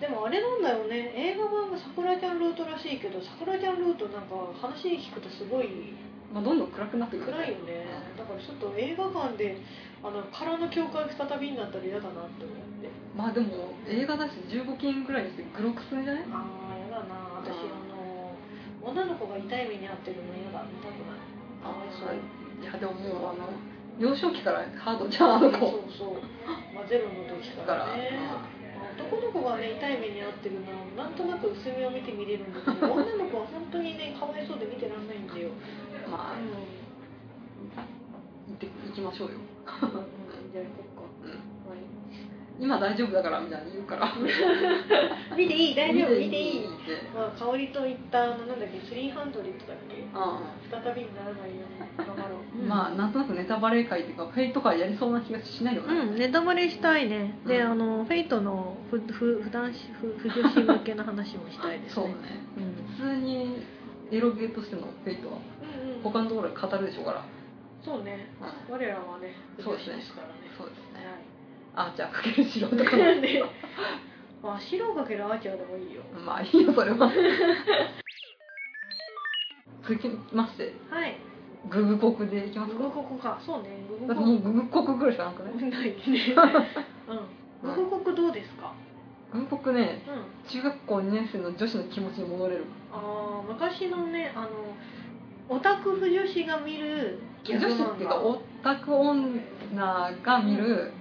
Speaker 3: でもあれなんだよね映画版はさくらちゃんルートらしいけどさくらちゃんルートなんか話聞くとすごい
Speaker 1: まあ、どんどん暗くなってくる。
Speaker 3: 暗いよねだからちょっと映画館であの空の教会再びになったら嫌だなって思って
Speaker 1: まあでも映画だし15金ぐらいにしてグロくすんじゃない
Speaker 3: ああ嫌だな私あの女の子が痛い目に遭ってるの嫌だ見たくないかわいそう
Speaker 1: いやでももうあの幼少期からハードじゃんあの
Speaker 3: そ
Speaker 1: 子
Speaker 3: うそう、まあ、ゼロの時
Speaker 1: だ
Speaker 3: か
Speaker 1: から
Speaker 3: らね男の子がね痛い目に遭ってるのはなんとなく薄みを見て見れるんだけど女の子は本当にねかわいそうで見てらんないんだよ、
Speaker 1: まあ
Speaker 3: うん、
Speaker 1: 行って行きましょうよ、
Speaker 3: じゃあ行こっ
Speaker 1: うん、
Speaker 3: か、は
Speaker 1: 今大丈夫だからみたいに言うから
Speaker 3: い、見ていい大丈夫見ていい
Speaker 1: って
Speaker 3: まあ香りと言ったあのなんだっけ300だっけ
Speaker 1: あ
Speaker 3: 再びにならないように頑張ろう
Speaker 1: あまあなんとなくネタバレ会っていうかフェイとかやりそうな気がしないよね、
Speaker 2: うん、ネタバレしたいね、で
Speaker 1: うん
Speaker 2: あのフェイトのふふ普段しふ不女子向けの話もしたいです
Speaker 1: そう
Speaker 2: ね
Speaker 1: ね
Speaker 2: うん、
Speaker 1: 普通にエロゲーとしてのフェイトは
Speaker 3: うんうん
Speaker 1: 他のところで語るでしょうから、
Speaker 3: そうね
Speaker 1: う
Speaker 3: 我らはね
Speaker 1: そうです
Speaker 3: 不
Speaker 1: ね
Speaker 3: 良ですからね
Speaker 1: ん、そうですね
Speaker 3: は
Speaker 1: あーちゃんかけるしろと か
Speaker 3: いでまあ白をかけるアーチャーでもいいよ
Speaker 1: まあいいよそれは 続きまして
Speaker 3: はい
Speaker 1: ググコクでいきます
Speaker 3: グ
Speaker 1: か
Speaker 3: グココかそうねググ
Speaker 1: だって
Speaker 3: ココ
Speaker 1: もうググコクぐらいしかなくない
Speaker 3: ないですねうんググココどうですか
Speaker 1: ググコクね
Speaker 3: うん
Speaker 1: 中学校2年生の女子の気持ちに戻れる
Speaker 3: ああ昔のねあのオタク腐女子が見るギ
Speaker 1: 女
Speaker 3: ャグ
Speaker 1: 子っ
Speaker 3: 漫
Speaker 1: ていうか
Speaker 3: 画
Speaker 1: オタク女が見る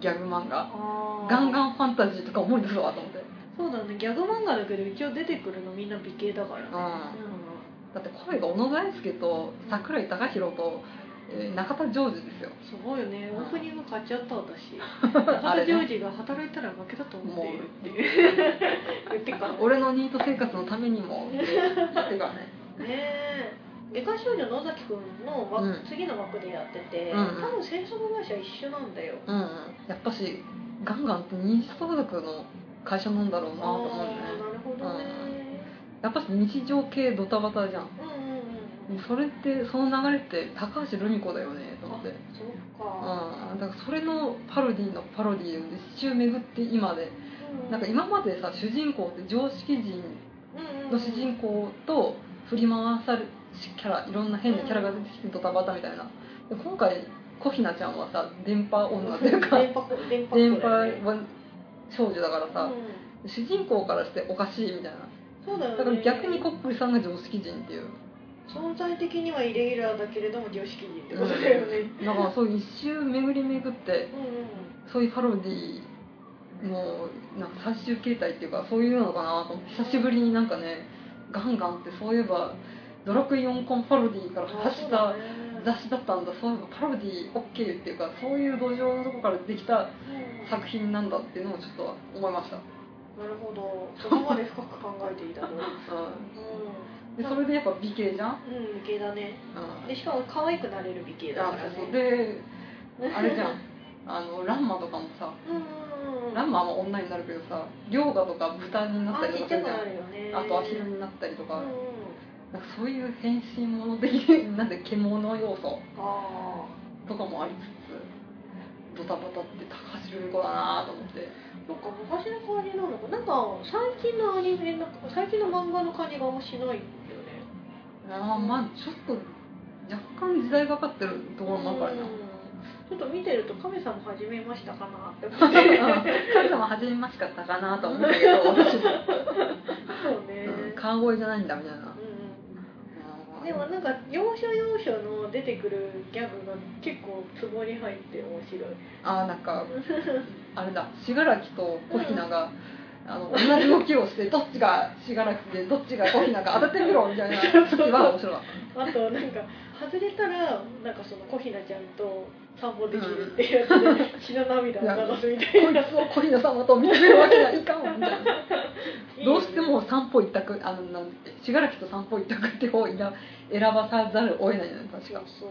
Speaker 1: ギャグ漫画
Speaker 3: あー
Speaker 1: ガンガンファンタジーとか思い出すわと思って
Speaker 3: そうだねギャグ漫画だけど一応出てくるのみんな美形だからね
Speaker 1: うんだって声が小野大輔と桜井貴弘と、えー中田ジョージですよ
Speaker 3: うんすごいよね
Speaker 1: うん
Speaker 3: オープニング買っちゃった私
Speaker 1: あ
Speaker 3: 中
Speaker 1: れ
Speaker 3: 田ジョ
Speaker 1: ね
Speaker 3: ージが働いたら負けだと思っ
Speaker 1: も
Speaker 3: ているっていう
Speaker 1: う
Speaker 3: 言ってっから
Speaker 1: 俺のニート生活のためにもって言ってるからね
Speaker 3: ねえ外科少女野崎くんの枠、
Speaker 1: うん
Speaker 3: 次の枠でやってて、
Speaker 1: うんうん
Speaker 3: 多分制作会社一緒なんだよ
Speaker 1: うんうんやっぱしガンガンって認知相続の会社なんだろうなと思うね
Speaker 3: あーなるほどね、
Speaker 1: やっぱし日常系ドタバタじゃん
Speaker 3: うん、うんうんうん
Speaker 1: それってその流れって高橋留美子だよねと思って
Speaker 3: そっ
Speaker 1: う
Speaker 3: か、
Speaker 1: んだからそれのパロディのパロディを一周巡って今で
Speaker 3: う
Speaker 1: なんか今までさ主人公って常識人
Speaker 3: うんうんうん
Speaker 1: の主人公と振り回されるキャラいろんな変なキャラが出てきてドタバタみたいなで今回小ひなちゃんはさ電波女という か
Speaker 3: 電波こ電波
Speaker 1: 電
Speaker 3: 子
Speaker 1: 波
Speaker 3: だよね
Speaker 1: は少女だからさ
Speaker 3: う、ん
Speaker 1: 主人公からしておかしいみたいな
Speaker 3: そうだよね
Speaker 1: だから逆にコックリさんが常識人っていう
Speaker 3: 存在的にはイレギュラーだけれども常識人ってことだよね
Speaker 1: だからそういう一周巡り巡って
Speaker 3: うんうん
Speaker 1: そういうパロディのなんか最終形態っていうかそういうのかなと思って久しぶりになんかねガンガンってそういえばドラクエ4コンパロディから
Speaker 3: あ
Speaker 1: 発
Speaker 3: そ
Speaker 1: し
Speaker 3: う
Speaker 1: た
Speaker 3: だね
Speaker 1: 雑誌だったんだそういえばパロディ OK っていうかそういう土壌のとこからできた
Speaker 3: うん
Speaker 1: 作品なんだっていうのをちょっと思いました、
Speaker 3: なるほどそこまで深く考えてい たのうん
Speaker 1: う、
Speaker 3: うん
Speaker 1: でそれでやっぱ美形じゃん、
Speaker 3: ん美形だね
Speaker 1: うん
Speaker 3: でしかも可愛くなれる美形だから
Speaker 1: あそう
Speaker 3: ね
Speaker 1: であれじ ゃんあのランマとかもさ
Speaker 3: うんうんうんうん
Speaker 1: ランマも女になるけどさ涼河とか豚になった
Speaker 3: あ
Speaker 1: りと
Speaker 3: ち
Speaker 1: か
Speaker 3: っ
Speaker 1: す
Speaker 3: ちゃく
Speaker 1: るじゃ
Speaker 3: なんるよね
Speaker 1: あとアヒルになったりと
Speaker 3: うん
Speaker 1: か,、
Speaker 3: うん
Speaker 1: なんかそういう変身もの的 ななんで獣要素
Speaker 3: あ
Speaker 1: とかもありつつドタバタって高橋留美子だなと思って
Speaker 3: ーなんか昔の感じなのかなんか最近のアニメなんか最近の漫画の感じがあんましないんだよね
Speaker 1: ああまあちょっと若干時代がかってるところもあるからな
Speaker 3: うんちょっと見てると神様始めましたかなって思っ
Speaker 1: うん
Speaker 3: て
Speaker 1: 神様初めましかったかなと思ったけど私も、
Speaker 3: そうね、
Speaker 1: うん、川越じゃないんだみたいな
Speaker 3: う
Speaker 1: うん
Speaker 3: んでもなんか要所要所の出てくるギャグが結構ツボに入って面白い
Speaker 1: ああなんかあれだ信楽と小ひなが、あの同じ動きをしてどっちが信楽でどっちが小ひなか当ててみろみたいな時は面白かっ
Speaker 3: あとなんか外れたらなんかその小ひなちゃんと散歩できるっていうやつで血の涙を流すみた
Speaker 1: たこ
Speaker 3: いない
Speaker 1: つを小ひな様と見つめるわけにはいかんみたいなどうして
Speaker 3: いいよね
Speaker 1: も散歩一択あのなん信楽と散歩一択って方を選選ばさざるを得ないよね確
Speaker 3: そう
Speaker 1: か。
Speaker 3: そう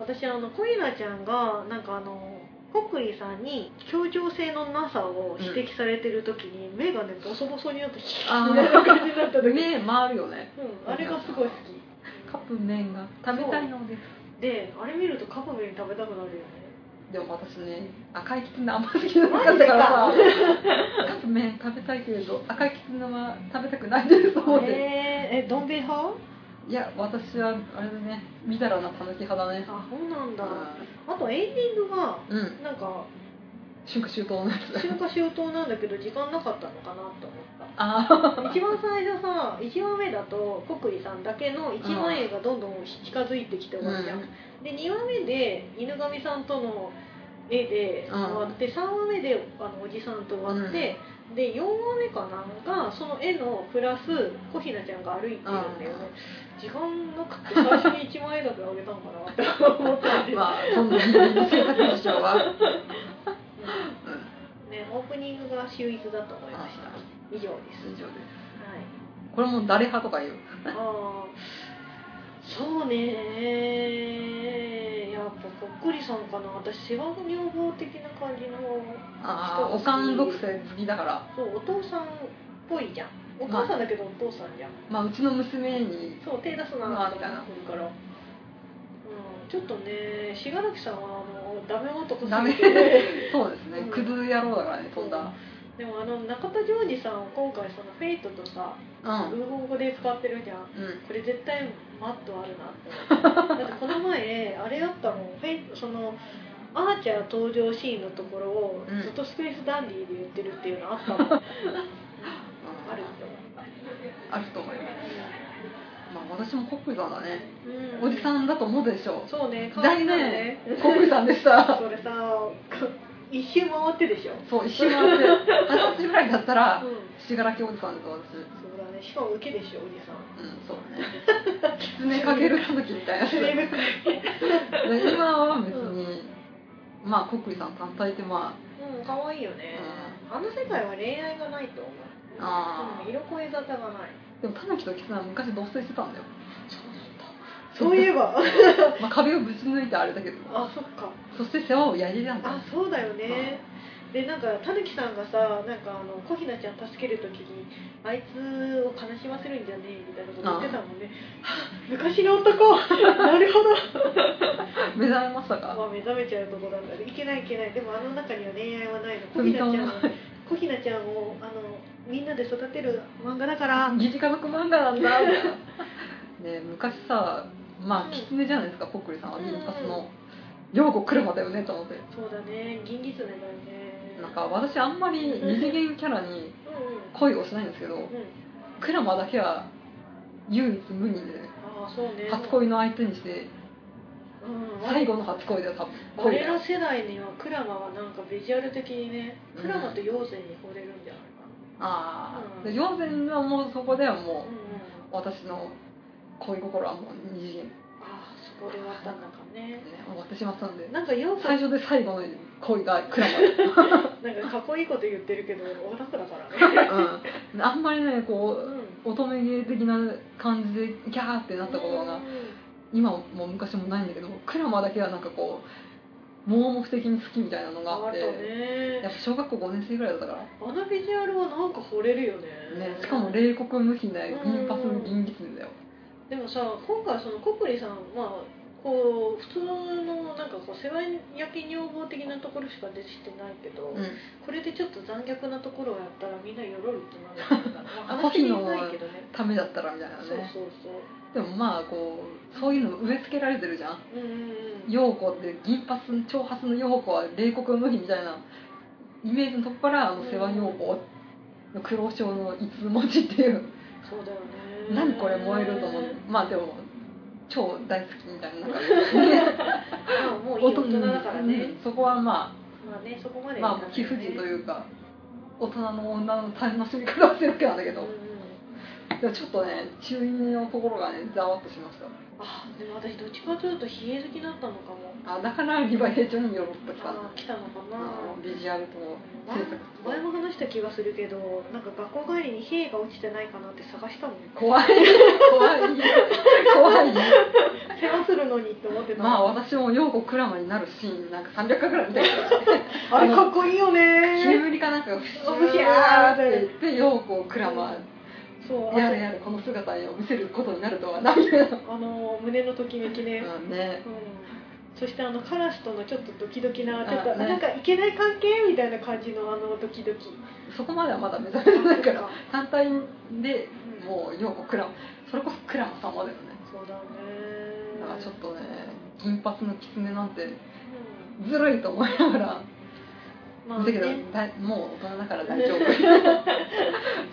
Speaker 3: 私あの小ひなちゃんがなんかあのコックリさんに協調性のなさを指摘されてる時に、目がねボソボソになってキーみたいな感じになった
Speaker 1: うん
Speaker 3: 時、
Speaker 1: 目回るよね
Speaker 3: うん、あれがすごい好き
Speaker 1: カップ麺が食べたいのです
Speaker 3: であれ見るとカップ麺食べたくなるよね
Speaker 1: でも私ね赤いキツネあんま好きじゃなかったからさカップ麺食べたいけれど赤いキツネは食べたくないですと思って、
Speaker 3: えー、えどん兵衛派
Speaker 1: いや私はあれだねみだらなたぬき派だね
Speaker 3: あそうなんだあとエンディングが
Speaker 1: うん
Speaker 3: なんか
Speaker 1: 春夏秋冬のや つ
Speaker 3: 中華周到なんだけど時間なかったのかなと思った
Speaker 1: ああ
Speaker 3: 一番最初さ1話目だと国井さんだけの1話絵がどんどん近づいてきて終わるじゃん、
Speaker 1: うん
Speaker 3: で2話目で犬神さんとの絵で終わって、3話目であのおじさんと終わって、で4話目かなんかその絵のプラス小ひなちゃんが歩いてるんだよね、時間なくて最初に1枚絵だけあげたのかなって思ったんで、
Speaker 1: まあそんなに生活事情は
Speaker 3: ね、オープニングが秀逸だと思いました以上です、
Speaker 1: 以上です
Speaker 3: はい
Speaker 1: これも誰派とか言う
Speaker 3: ああそうねやっぱこっくりさんかな私世話女房的な感じの
Speaker 1: ああおかん独占好きだから
Speaker 3: そうお父さんっぽいじゃんお母さんだけどお父さんじゃん、
Speaker 1: まあうちの娘に
Speaker 3: そう手出すな
Speaker 1: まあ
Speaker 3: みたいな
Speaker 1: み
Speaker 3: からうんちょっとね信楽さんはもうダメ男すぎて
Speaker 1: ダメそうですねクズ野郎だからねそんな
Speaker 3: でもあの中田ジョージさんを今回そのフェイトとさ
Speaker 1: うん
Speaker 3: 文法語で使ってるじゃん
Speaker 1: うん
Speaker 3: これ絶対マットあるなって 思ってだってこの前あれやったもんフェイそのアーチャー登場シーンのところを
Speaker 1: うん
Speaker 3: ずっとスペースダンディーで言ってるっていうのあったもん、ある
Speaker 1: ある
Speaker 3: って思った
Speaker 1: あると思いますまあ私もコックさんだね
Speaker 3: うん
Speaker 1: おじさんだと思うでしょ
Speaker 3: そうね
Speaker 1: う
Speaker 3: 可愛い
Speaker 1: 残
Speaker 3: な
Speaker 1: 念
Speaker 3: ね
Speaker 1: コックさんでした
Speaker 3: それさこ一周回ってでしょ、
Speaker 1: そう一周回って二十歳ぐらいだった
Speaker 3: うん
Speaker 1: ら、信楽おじさんです私
Speaker 3: そうだねしかも受けでしょおじさん
Speaker 1: うんそうね狐かけるたぬきみたいなやつで
Speaker 3: うん
Speaker 1: 今は別に、まあコックリさん単体でま
Speaker 3: 可愛いよね、あの世界は恋愛がないと思う
Speaker 1: あー
Speaker 3: うん色恋沙汰がない
Speaker 1: あでも玉木とキツネは昔同棲してた んだよ、
Speaker 3: そういえば
Speaker 1: まあ、壁をぶち抜いてあれだけど
Speaker 3: あそっか
Speaker 1: そして世話をやりなんだよ
Speaker 3: あそうだよねでなんかたぬきさんがさなんかあの小ひなちゃん助ける時にあいつを悲しませるんじゃねえみたいなこと言ってたもんねはあ昔の男 なるほど
Speaker 1: 目覚めました
Speaker 3: ま
Speaker 1: か
Speaker 3: あ目覚めちゃうとこなんだねいけないいけないでもあの中には恋愛はないの小ひなちゃんを小ひなちゃんをあのみんなで育てる漫画だから
Speaker 1: 疑似家族漫画なんだみたいなねえ昔さまあキツネじゃないですかぽっくりさんは
Speaker 3: うん
Speaker 1: 昔のようこ来るまだよねと思って
Speaker 3: そうだね銀ギツネだよね
Speaker 1: なんか私あんまり二次元キャラに
Speaker 3: うん
Speaker 1: 恋をしないんですけど
Speaker 3: うんうん
Speaker 1: クラマだけは唯一無二で
Speaker 3: ああそうね
Speaker 1: 初恋の相手にして
Speaker 3: うん
Speaker 1: 最後の初恋だよ多分恋
Speaker 3: 俺
Speaker 1: だよ
Speaker 3: ら世代にはクラマはなんかビジュアル的にね
Speaker 1: うん
Speaker 3: クラマと妖精に惚れるんじゃないか
Speaker 1: ああ
Speaker 3: うん
Speaker 1: 妖精はもうそこではも
Speaker 3: な、うんうん、
Speaker 1: う私の恋心はもう二次元ね
Speaker 3: ああそこで終わったんだかね
Speaker 1: 終わってしまったんで
Speaker 3: なんか妖精
Speaker 1: 最初で最後の恋がクラマ
Speaker 3: なんかかっこいいこと言ってるけど男だから ね
Speaker 1: うん、あんまりねこ
Speaker 3: うん
Speaker 1: う乙女芸的な感じでギャーってなったことが今も昔もないんだけどクラマだけはなんかこう盲目的に好きみたいなのが
Speaker 3: ああ
Speaker 1: あっ
Speaker 3: と
Speaker 1: て、や
Speaker 3: ね
Speaker 1: っぱ小学校5年生ぐらいだったから、
Speaker 3: あのビジュアルはなんか惚れるよね
Speaker 1: ね、しかも冷酷無比な銀髪の銀狐だよ、
Speaker 3: でもさ今回そのコプリさんまあこう普通のなんかこう世話焼き女房的なところしか出てきてないけど、
Speaker 1: うん、
Speaker 3: これでちょっと残虐なところをやったらみんなよろるってな るんだろうな
Speaker 1: コ
Speaker 3: 話
Speaker 1: ヒ
Speaker 3: に
Speaker 1: の
Speaker 3: ないけどね
Speaker 1: ためだったらみたいな
Speaker 3: そう
Speaker 1: ね
Speaker 3: そうそう
Speaker 1: でもまあこうそういうの植え付けられてるじゃん
Speaker 3: うんうんうん
Speaker 1: 陽子って銀髪長髪の陽子は冷酷無比みたいなイメージのとこからあの世話陽子の黒潮の五つ文字っていう
Speaker 3: そうだよね
Speaker 1: 何これ燃えると思ってまあでも超大好きみたいななんかね
Speaker 3: まあもうい い大人だからね、
Speaker 1: うんそこはま
Speaker 3: まあねそこま
Speaker 1: あ
Speaker 3: で
Speaker 1: まあもう貴婦人と
Speaker 3: う
Speaker 1: いうか大人の女の楽しみ方をしてるわけなんだけど
Speaker 3: んうん
Speaker 1: でもちょっとね中二のところがねざわっとしまし
Speaker 3: あでも私どっちかというと冷え好きだったのかも
Speaker 1: たあだからリヴァイ兵長によろっときたんだ
Speaker 3: あー来たのかな、
Speaker 1: あのビジュアルと
Speaker 3: 前
Speaker 1: 制作
Speaker 3: 前も話した気がするけどなんか学校帰りに冷えが落ちてないかなって探した もん
Speaker 1: 怖い怖い怖 い
Speaker 3: 世話するのにって思ってた
Speaker 1: まあ私も陽子クラマになるシーンなんか300回ぐらい見たけど
Speaker 3: あれかっこいいよね
Speaker 1: 煙かなんかがふ
Speaker 3: ふ
Speaker 1: し
Speaker 3: し
Speaker 1: ゃ
Speaker 3: ゃ
Speaker 1: ー
Speaker 3: ー
Speaker 1: っ
Speaker 3: ってて
Speaker 1: 言って陽子クラマ
Speaker 3: そうあ
Speaker 1: や
Speaker 3: と
Speaker 1: れやれこの姿を見せることになるとはなみたいな
Speaker 3: あの胸のときめきね、うん
Speaker 1: ね
Speaker 3: そしてあのカラスとのちょっとドキドキなちょっ
Speaker 1: あ
Speaker 3: と
Speaker 1: ね
Speaker 3: なんかいけない関係みたいな感じのあのドキドキ
Speaker 1: そこまではまだ目覚めてないから
Speaker 3: うん
Speaker 1: 単体でもう陽子クラマそれこそクラマ様だよね
Speaker 3: そうだね
Speaker 1: だからちょっとね銀髪の狐なんて
Speaker 3: う
Speaker 1: ずるいと思いながら
Speaker 3: んまあ
Speaker 1: 見たけど
Speaker 3: ね
Speaker 1: だもう大人だから大丈夫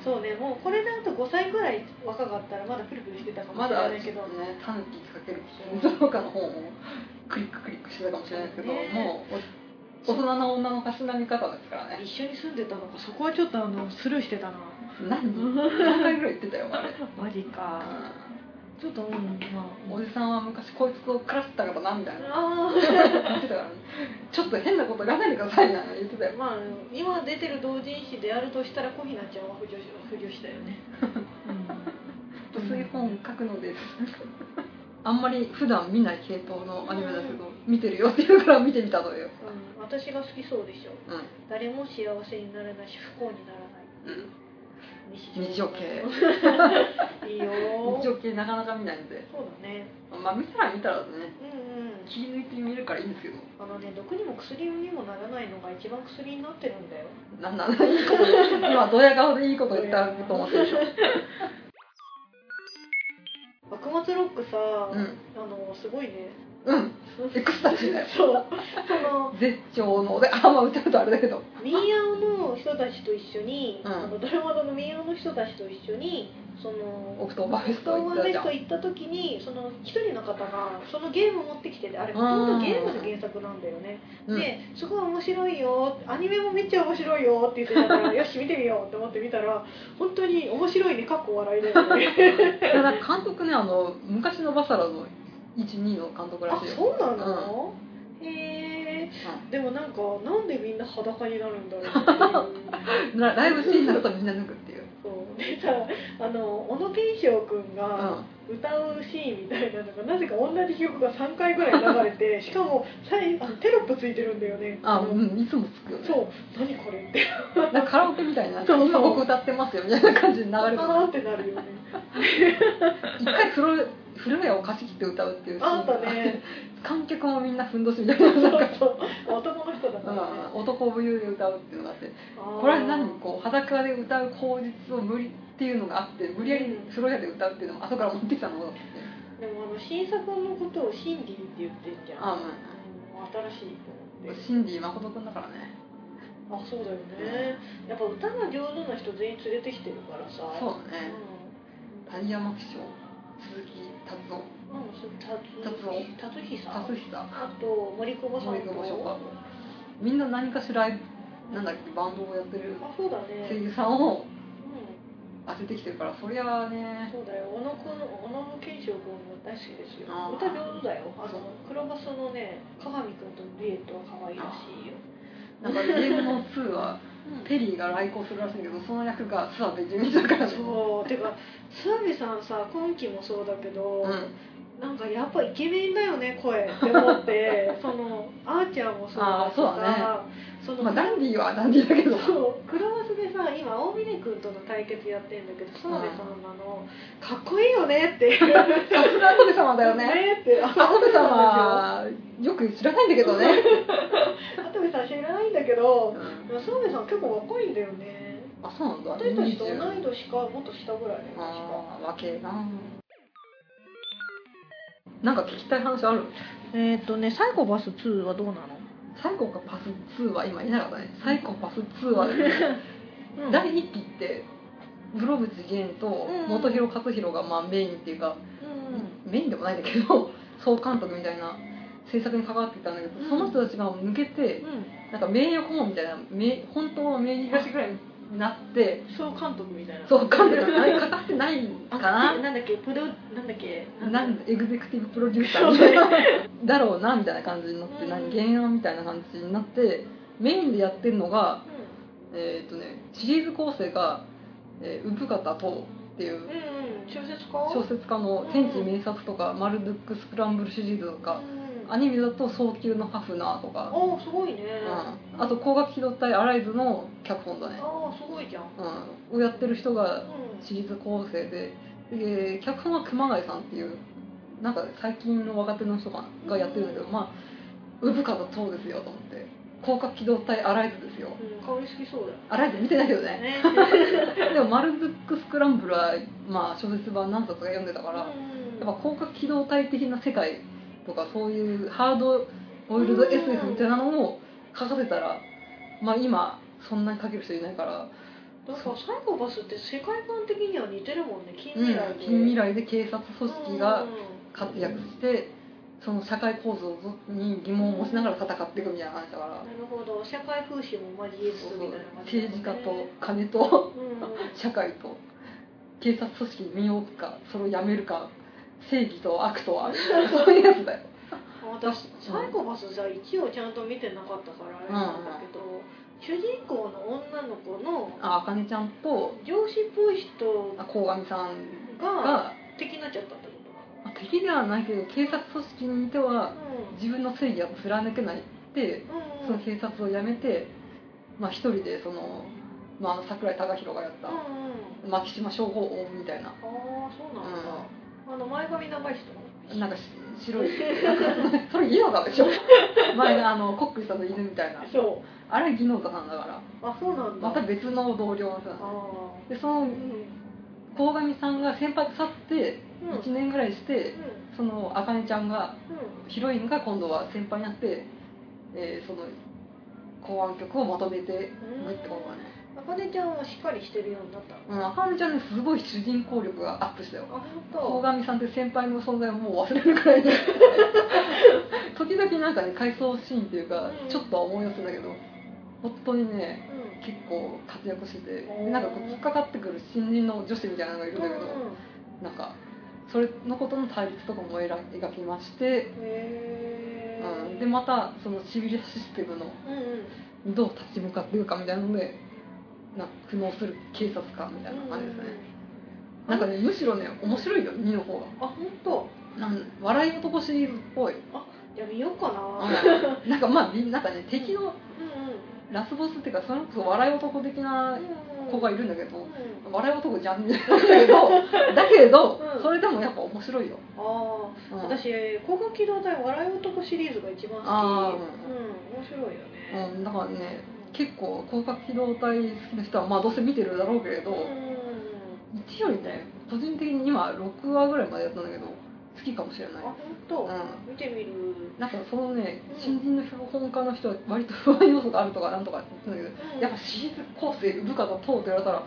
Speaker 3: そうねもうこれであと5歳くらい若かったらまだプルプルしてたかも
Speaker 1: ま
Speaker 3: しれ
Speaker 1: だ
Speaker 3: な
Speaker 1: ね
Speaker 3: いけど、
Speaker 1: タヌキかける狐とかの方もクリッククリックしてたかもしれないけど、
Speaker 3: ね
Speaker 1: もうお大人の女のたしなみ方ですからね
Speaker 3: 一緒に住んでたのか
Speaker 2: そこはちょっとあのスルーしてたな
Speaker 1: 何何回ぐらい言ってたよあれ
Speaker 2: マジかちょっとうんまあ
Speaker 1: おじさんは昔こいつと暮らしてたからなみたいな
Speaker 3: あ
Speaker 1: 言ってたから、ね、ちょっと変なこと言わないでくださいな言ってたよ
Speaker 3: あまあ今出てる同人誌であるとしたら小ひなちゃんは不女子不女子だよね
Speaker 1: 薄い本書くのです あんまり普段見ない系統のアニメだけど見てるよって言うから見てみたという
Speaker 3: うん私が好きそうでしょ
Speaker 1: う
Speaker 3: 誰も幸せにならないし不幸にならない
Speaker 1: んうん
Speaker 3: 日常 系いいよ
Speaker 1: 日常系なかなか見ないんで
Speaker 3: そうだね
Speaker 1: まあ見たら見たらね
Speaker 3: うんうん
Speaker 1: 気抜いて見るからいいんですけど
Speaker 3: あのね毒にも薬にもならないのが一番薬になってるんだよ
Speaker 1: なんなんだいいこと 今ドヤ顔でいいこと言ったと思ってるでしょ
Speaker 3: 幕末ロックさ、
Speaker 1: うん
Speaker 3: あのすごいね
Speaker 1: うんエクスタシーだ よ
Speaker 3: そうその
Speaker 1: 絶頂のであまあ歌うとあれだけど
Speaker 3: 民謡の人たちと一緒に、
Speaker 1: うん
Speaker 3: あのドラマの民謡の人たちと一緒にそ
Speaker 1: オ
Speaker 3: の
Speaker 1: クトーバーフェスト行
Speaker 3: オ
Speaker 1: っ
Speaker 3: クトーバーフ
Speaker 1: た
Speaker 3: ェ
Speaker 1: じゃ
Speaker 3: ス
Speaker 1: ん
Speaker 3: ト行った時にその一人の方がそのゲーム持ってきててあれほとんどゲームの原作なんだよね、
Speaker 1: うん
Speaker 3: ですごい面白いよアニメもめっちゃ面白いよって言ってた からよし見てみようって思って見たら本当に面白いねかっこ笑いだよ ね
Speaker 1: いやなんか監督ねあの昔のバサラの12の監督ら
Speaker 3: あ
Speaker 1: しいよ
Speaker 3: そうなの、へえでも なんかなんでみんな裸になるんだろうっていう
Speaker 1: うんラライブシーンになるとみんな脱ぐっていう
Speaker 3: そうでさあの小野賢章君が歌うシーンみたいなのがなぜか同じ曲が3回ぐらい流れ てしかも最あテロップついてるんだよね
Speaker 1: あ
Speaker 3: の
Speaker 1: うんいつもつくよね
Speaker 3: そう何これって
Speaker 1: なんかカラオケみたいにな
Speaker 3: そうそう
Speaker 1: 今僕歌ってますよみたいな感じで流
Speaker 3: あ
Speaker 1: れて
Speaker 3: ーってなる よね
Speaker 1: 一回フルフル屋を貸し切って歌うっていうシーン
Speaker 3: あったね
Speaker 1: 観客もみんなふんどしみたいな
Speaker 3: そ
Speaker 1: なん
Speaker 3: う
Speaker 1: か、
Speaker 3: そう男の人だからね
Speaker 1: うん、男を武勇で歌うっていうのがあって
Speaker 3: あー
Speaker 1: これは何こう裸で歌う口実を無理っていうのがあって無理やり風呂屋で歌うっていうのも後から持ってきたのだって
Speaker 3: でもあの新作のことをシンディって言ってんじゃん
Speaker 1: あ
Speaker 3: うん新しいと思って
Speaker 1: シンディ誠くんだからね
Speaker 3: あそうだよねやっぱ歌が上手な人全員連れてきてるからさ
Speaker 1: そうだ
Speaker 3: う
Speaker 1: ね
Speaker 3: ん
Speaker 1: ダイヤマキショ鈴木達夫
Speaker 3: うんそう
Speaker 1: 達夫
Speaker 3: 達達久
Speaker 1: 達久
Speaker 3: あと森久保さん
Speaker 1: 森
Speaker 3: と
Speaker 1: 久保翔太みんな何かしらライブなんだっけバンドをやってる
Speaker 3: あそうだ
Speaker 1: 声
Speaker 3: ね
Speaker 1: 優さん
Speaker 3: う
Speaker 1: を
Speaker 3: ん
Speaker 1: 当ててきてるからそりゃあね
Speaker 3: そうだよ小野くん小野賢章君も大好きですよ
Speaker 1: あー
Speaker 3: 歌上手だよあ
Speaker 1: そう
Speaker 3: の黒バスのね鏡くんとリエットは可愛らしいよ
Speaker 1: なんかゲームの2はペリーが来航するらしいんだけどその役が諏訪部純一だからね
Speaker 3: そうてか諏訪部さんさ今期もそうだけど、
Speaker 1: うん
Speaker 3: なんかやっぱイケメンだよね声って思ってそ のあーちゃんもそうだしさ
Speaker 1: あ
Speaker 3: その、
Speaker 1: まあダンディーはダンディーだけど
Speaker 3: そうクロワスでさ今青峰君との対決やってんだけど澤部さんあのかっこいいよねって言う
Speaker 1: さすが安部様だよね
Speaker 3: ねってあ
Speaker 1: 安部様よく知らないんだけどね、
Speaker 3: 跡部さん知らないんだけど澤部さん結構若いんだよね
Speaker 1: あそうなんだ
Speaker 3: 私たちと同
Speaker 1: 20
Speaker 3: い年かもっと下ぐらいだよ確か
Speaker 1: ああわけななんか聞きたい話ある
Speaker 2: えっとねサイコパス2はどうなの
Speaker 1: サイコパス2は今いなかったねサイコパス2は、第1期って室伏源と
Speaker 2: うん
Speaker 1: 本広克弘がまあメインっていうか、
Speaker 2: う
Speaker 1: メインでもないんだけど 総監督みたいな制作に関わってたんだけど、
Speaker 2: うん
Speaker 1: その人たちが抜けて
Speaker 2: んうん
Speaker 1: なんか名誉顧問みたいな名本当の名義貸しぐらいになって
Speaker 2: 総監督みたいな
Speaker 1: そう監督 がかかってないん
Speaker 2: あ
Speaker 1: かな
Speaker 2: なんだっけプロなんだっけ
Speaker 1: なんエグゼクティブプロデューサ
Speaker 2: そう
Speaker 1: ーみ
Speaker 2: ね
Speaker 1: たいなだろうなみたいな感じになって、
Speaker 2: うん
Speaker 1: 何原案みたいな感じになってメインでやってるのがえっ、とねシリーズ構成が「えー産方と」ってい
Speaker 3: う
Speaker 1: う
Speaker 3: んうんうん小説家
Speaker 1: 小説家の「天地名作」とか「マルドゥック・スクランブル」シリーズとかアニメだと「早急のハフナー」とか、
Speaker 3: おおすごいね、
Speaker 1: うん、あと「光学機動隊アライズ」の脚本だね、
Speaker 3: ああすごいじゃん
Speaker 1: うん、をやってる人が
Speaker 3: うん
Speaker 1: シリーズ構成でで脚本は熊谷さんっていうなんか最近の若手の人ががやってるんだけど、まあ産方そうですよと思って広角機動隊アライズですよ
Speaker 3: うん、香り好きそうだよ
Speaker 1: アライズ見てないけどね
Speaker 3: ね。
Speaker 1: でも「マルズック・スクランブルは」まあ、小説版何冊か読んでたからやっぱ広角機動隊的な世界とかそういうハードオイルド SF みたいなのを書かせたらまあ今そんなに書ける人いないから
Speaker 3: なんかサイコパスって世界観的には似てるもんね近
Speaker 1: うん
Speaker 3: 未来で、
Speaker 1: 近未来で警察組織が
Speaker 3: うん
Speaker 1: 活躍してその社会構造に疑問を持ちながら戦っていくみたいな話だから
Speaker 3: なるほど社会風刺も交えつつみたいな感じだね、
Speaker 1: 政治家と金と
Speaker 3: うん
Speaker 1: 社会と警察組織に身を置くかそれをやめるか正義と悪とはそういうやつだよ
Speaker 3: 私サイコパスじゃ一応ちゃんと見てなかったからあれなんだけど、主人公の女の子の
Speaker 1: ああかねちゃんと
Speaker 3: 上司っぽい人
Speaker 1: あ鴻上さん
Speaker 3: が
Speaker 1: が
Speaker 3: 敵になっちゃったってことな
Speaker 1: まあ敵ではないけど警察組織にいては
Speaker 3: のうん
Speaker 1: 自分の正義は貫けないって
Speaker 3: うん
Speaker 1: その警察を辞めて、まあ、一人でその、まあ、桜井貴弘がやっ
Speaker 3: うん
Speaker 1: た
Speaker 3: うん
Speaker 1: 牧島称号王みたいな、
Speaker 3: ああそうなんだ、あの前髪長い人
Speaker 1: うん、なんかし白いそれギノザでしょ前のあのコックさんの犬みたいな
Speaker 3: そう
Speaker 1: あれギノザさんだから
Speaker 3: あそうなんだ
Speaker 1: また別の同僚の人なん
Speaker 3: あ
Speaker 1: だ
Speaker 3: あ
Speaker 1: でその
Speaker 3: うん
Speaker 1: 鴻上さんが先輩去って
Speaker 3: うん
Speaker 1: 1年ぐらいしてその茜ちゃんが
Speaker 3: う
Speaker 1: ヒロインが今度は先輩になって、えーその公安局をまとめていくってことだね
Speaker 3: んあかねちゃんはしっかりしてるようになったの
Speaker 1: うん茜ちゃんねすごい主人公力がアップしたよ
Speaker 3: あ
Speaker 1: 鴻
Speaker 3: 本
Speaker 1: 上さんって先輩の存在をもう忘れるくらいで 時々なんかね回想シーンっていうか
Speaker 3: うん
Speaker 1: ちょっとは思い出すんだけど本当にね
Speaker 3: 当うん
Speaker 1: 結構活躍してて
Speaker 3: おー
Speaker 1: なんかこう突っかかってくる新人の女子みたいなのがいるんだけ
Speaker 3: う
Speaker 1: ど、
Speaker 3: ん
Speaker 1: なんかそれのことの対立とかも描描きまして、
Speaker 3: へ
Speaker 1: う
Speaker 3: ー
Speaker 1: ん、でまたそのシビリアシステムの
Speaker 3: うんうん
Speaker 1: どう立ち向かっていくかみたいなのでな苦悩する警察官みたいな感じですね、なんかねむしろね面白いよ2の方が
Speaker 3: あ本当
Speaker 1: なん笑い男シリーズっぽい、
Speaker 3: じゃあ見ようかな
Speaker 1: なんかまあみなんかね敵の
Speaker 3: う
Speaker 1: ラスボスっていうかそれこそ笑い男的なん
Speaker 3: うんうん
Speaker 1: 子がいるんだけど
Speaker 3: うん
Speaker 1: 笑い男じゃんみたいなんだ けどだけど、
Speaker 3: うん
Speaker 1: それでもやっぱ面白いよ、
Speaker 3: ああ
Speaker 1: うん
Speaker 3: 私高校機動隊笑い男シリーズが一番好きうん
Speaker 1: あー
Speaker 3: 面白いよね
Speaker 1: うん、だからね結構広角機動隊好きな人はまあどうせ見てるだろうけれど、
Speaker 3: うんうん
Speaker 1: 1よりね個人的に今6話ぐらいまでやったんだけど好きかもしれな
Speaker 3: あ
Speaker 1: い、
Speaker 3: 本当
Speaker 1: う
Speaker 3: 見てみる
Speaker 1: ん、なんかそのね
Speaker 3: うん
Speaker 1: 新人の脚本家の人は割と不安要素があるとかなんとかって言ってたんだけどやっぱシリーズ構成部下が通って言われたらこ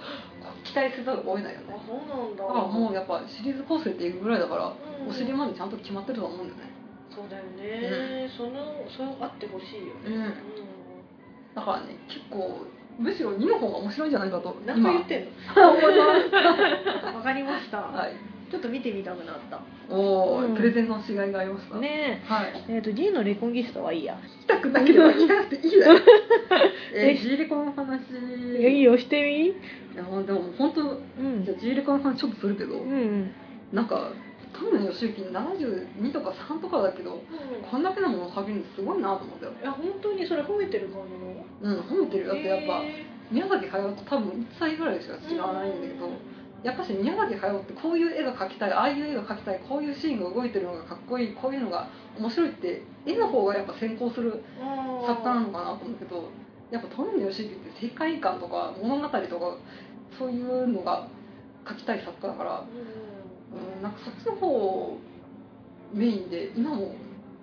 Speaker 1: う期待せざるを得ないよ
Speaker 3: あ
Speaker 1: ね
Speaker 3: そうなんだ
Speaker 1: だからもうやっぱシリーズ構成っていうぐらいだから
Speaker 3: うん
Speaker 1: お尻までちゃんと決まってると思うんだよね
Speaker 3: そうだよねそのそうあってほしいよね
Speaker 1: うんだからね結構むしろ2の方が面白いんじゃないかと
Speaker 3: うん
Speaker 1: 今
Speaker 3: 何か言ってん の
Speaker 2: わかりました、
Speaker 1: はい
Speaker 2: ちょっと見てみたくなった
Speaker 1: おお、
Speaker 2: うん
Speaker 1: プレゼンの違いがありました
Speaker 2: ね
Speaker 1: はい
Speaker 2: ええーと D のレコンギスタはいいや
Speaker 1: 聞きたくなければ聞かなくていいだよ え
Speaker 2: え
Speaker 1: ー、ジーリコの話
Speaker 2: いやいいよしてみ
Speaker 1: いやほんでも本当
Speaker 2: うん
Speaker 1: じゃあジーリコの話ちょっとするけど、
Speaker 2: うんうん
Speaker 1: なんか富野義行72とか3とかだけどこんだけのものを書けるのすごいなと思ったよ
Speaker 3: いや本当にそれ褒めてる感じの
Speaker 1: うん褒めてるだってやっぱ、
Speaker 3: へ
Speaker 1: 宮崎駿って多分1歳ぐらいしか知らないんだけど、
Speaker 3: うん
Speaker 1: やっぱし宮崎駿ってこういう絵が描きたいああいう絵が描きたいこういうシーンが動いてるのがかっこいいこういうのが面白いって絵の方がやっぱ先行する
Speaker 3: ーあー
Speaker 1: 作家なのかなと思うけどやっぱ富野義行って世界観とか物語とかそういうのが書きたい作家だから、
Speaker 3: う
Speaker 1: うん、なんかそっちの方をメインで今も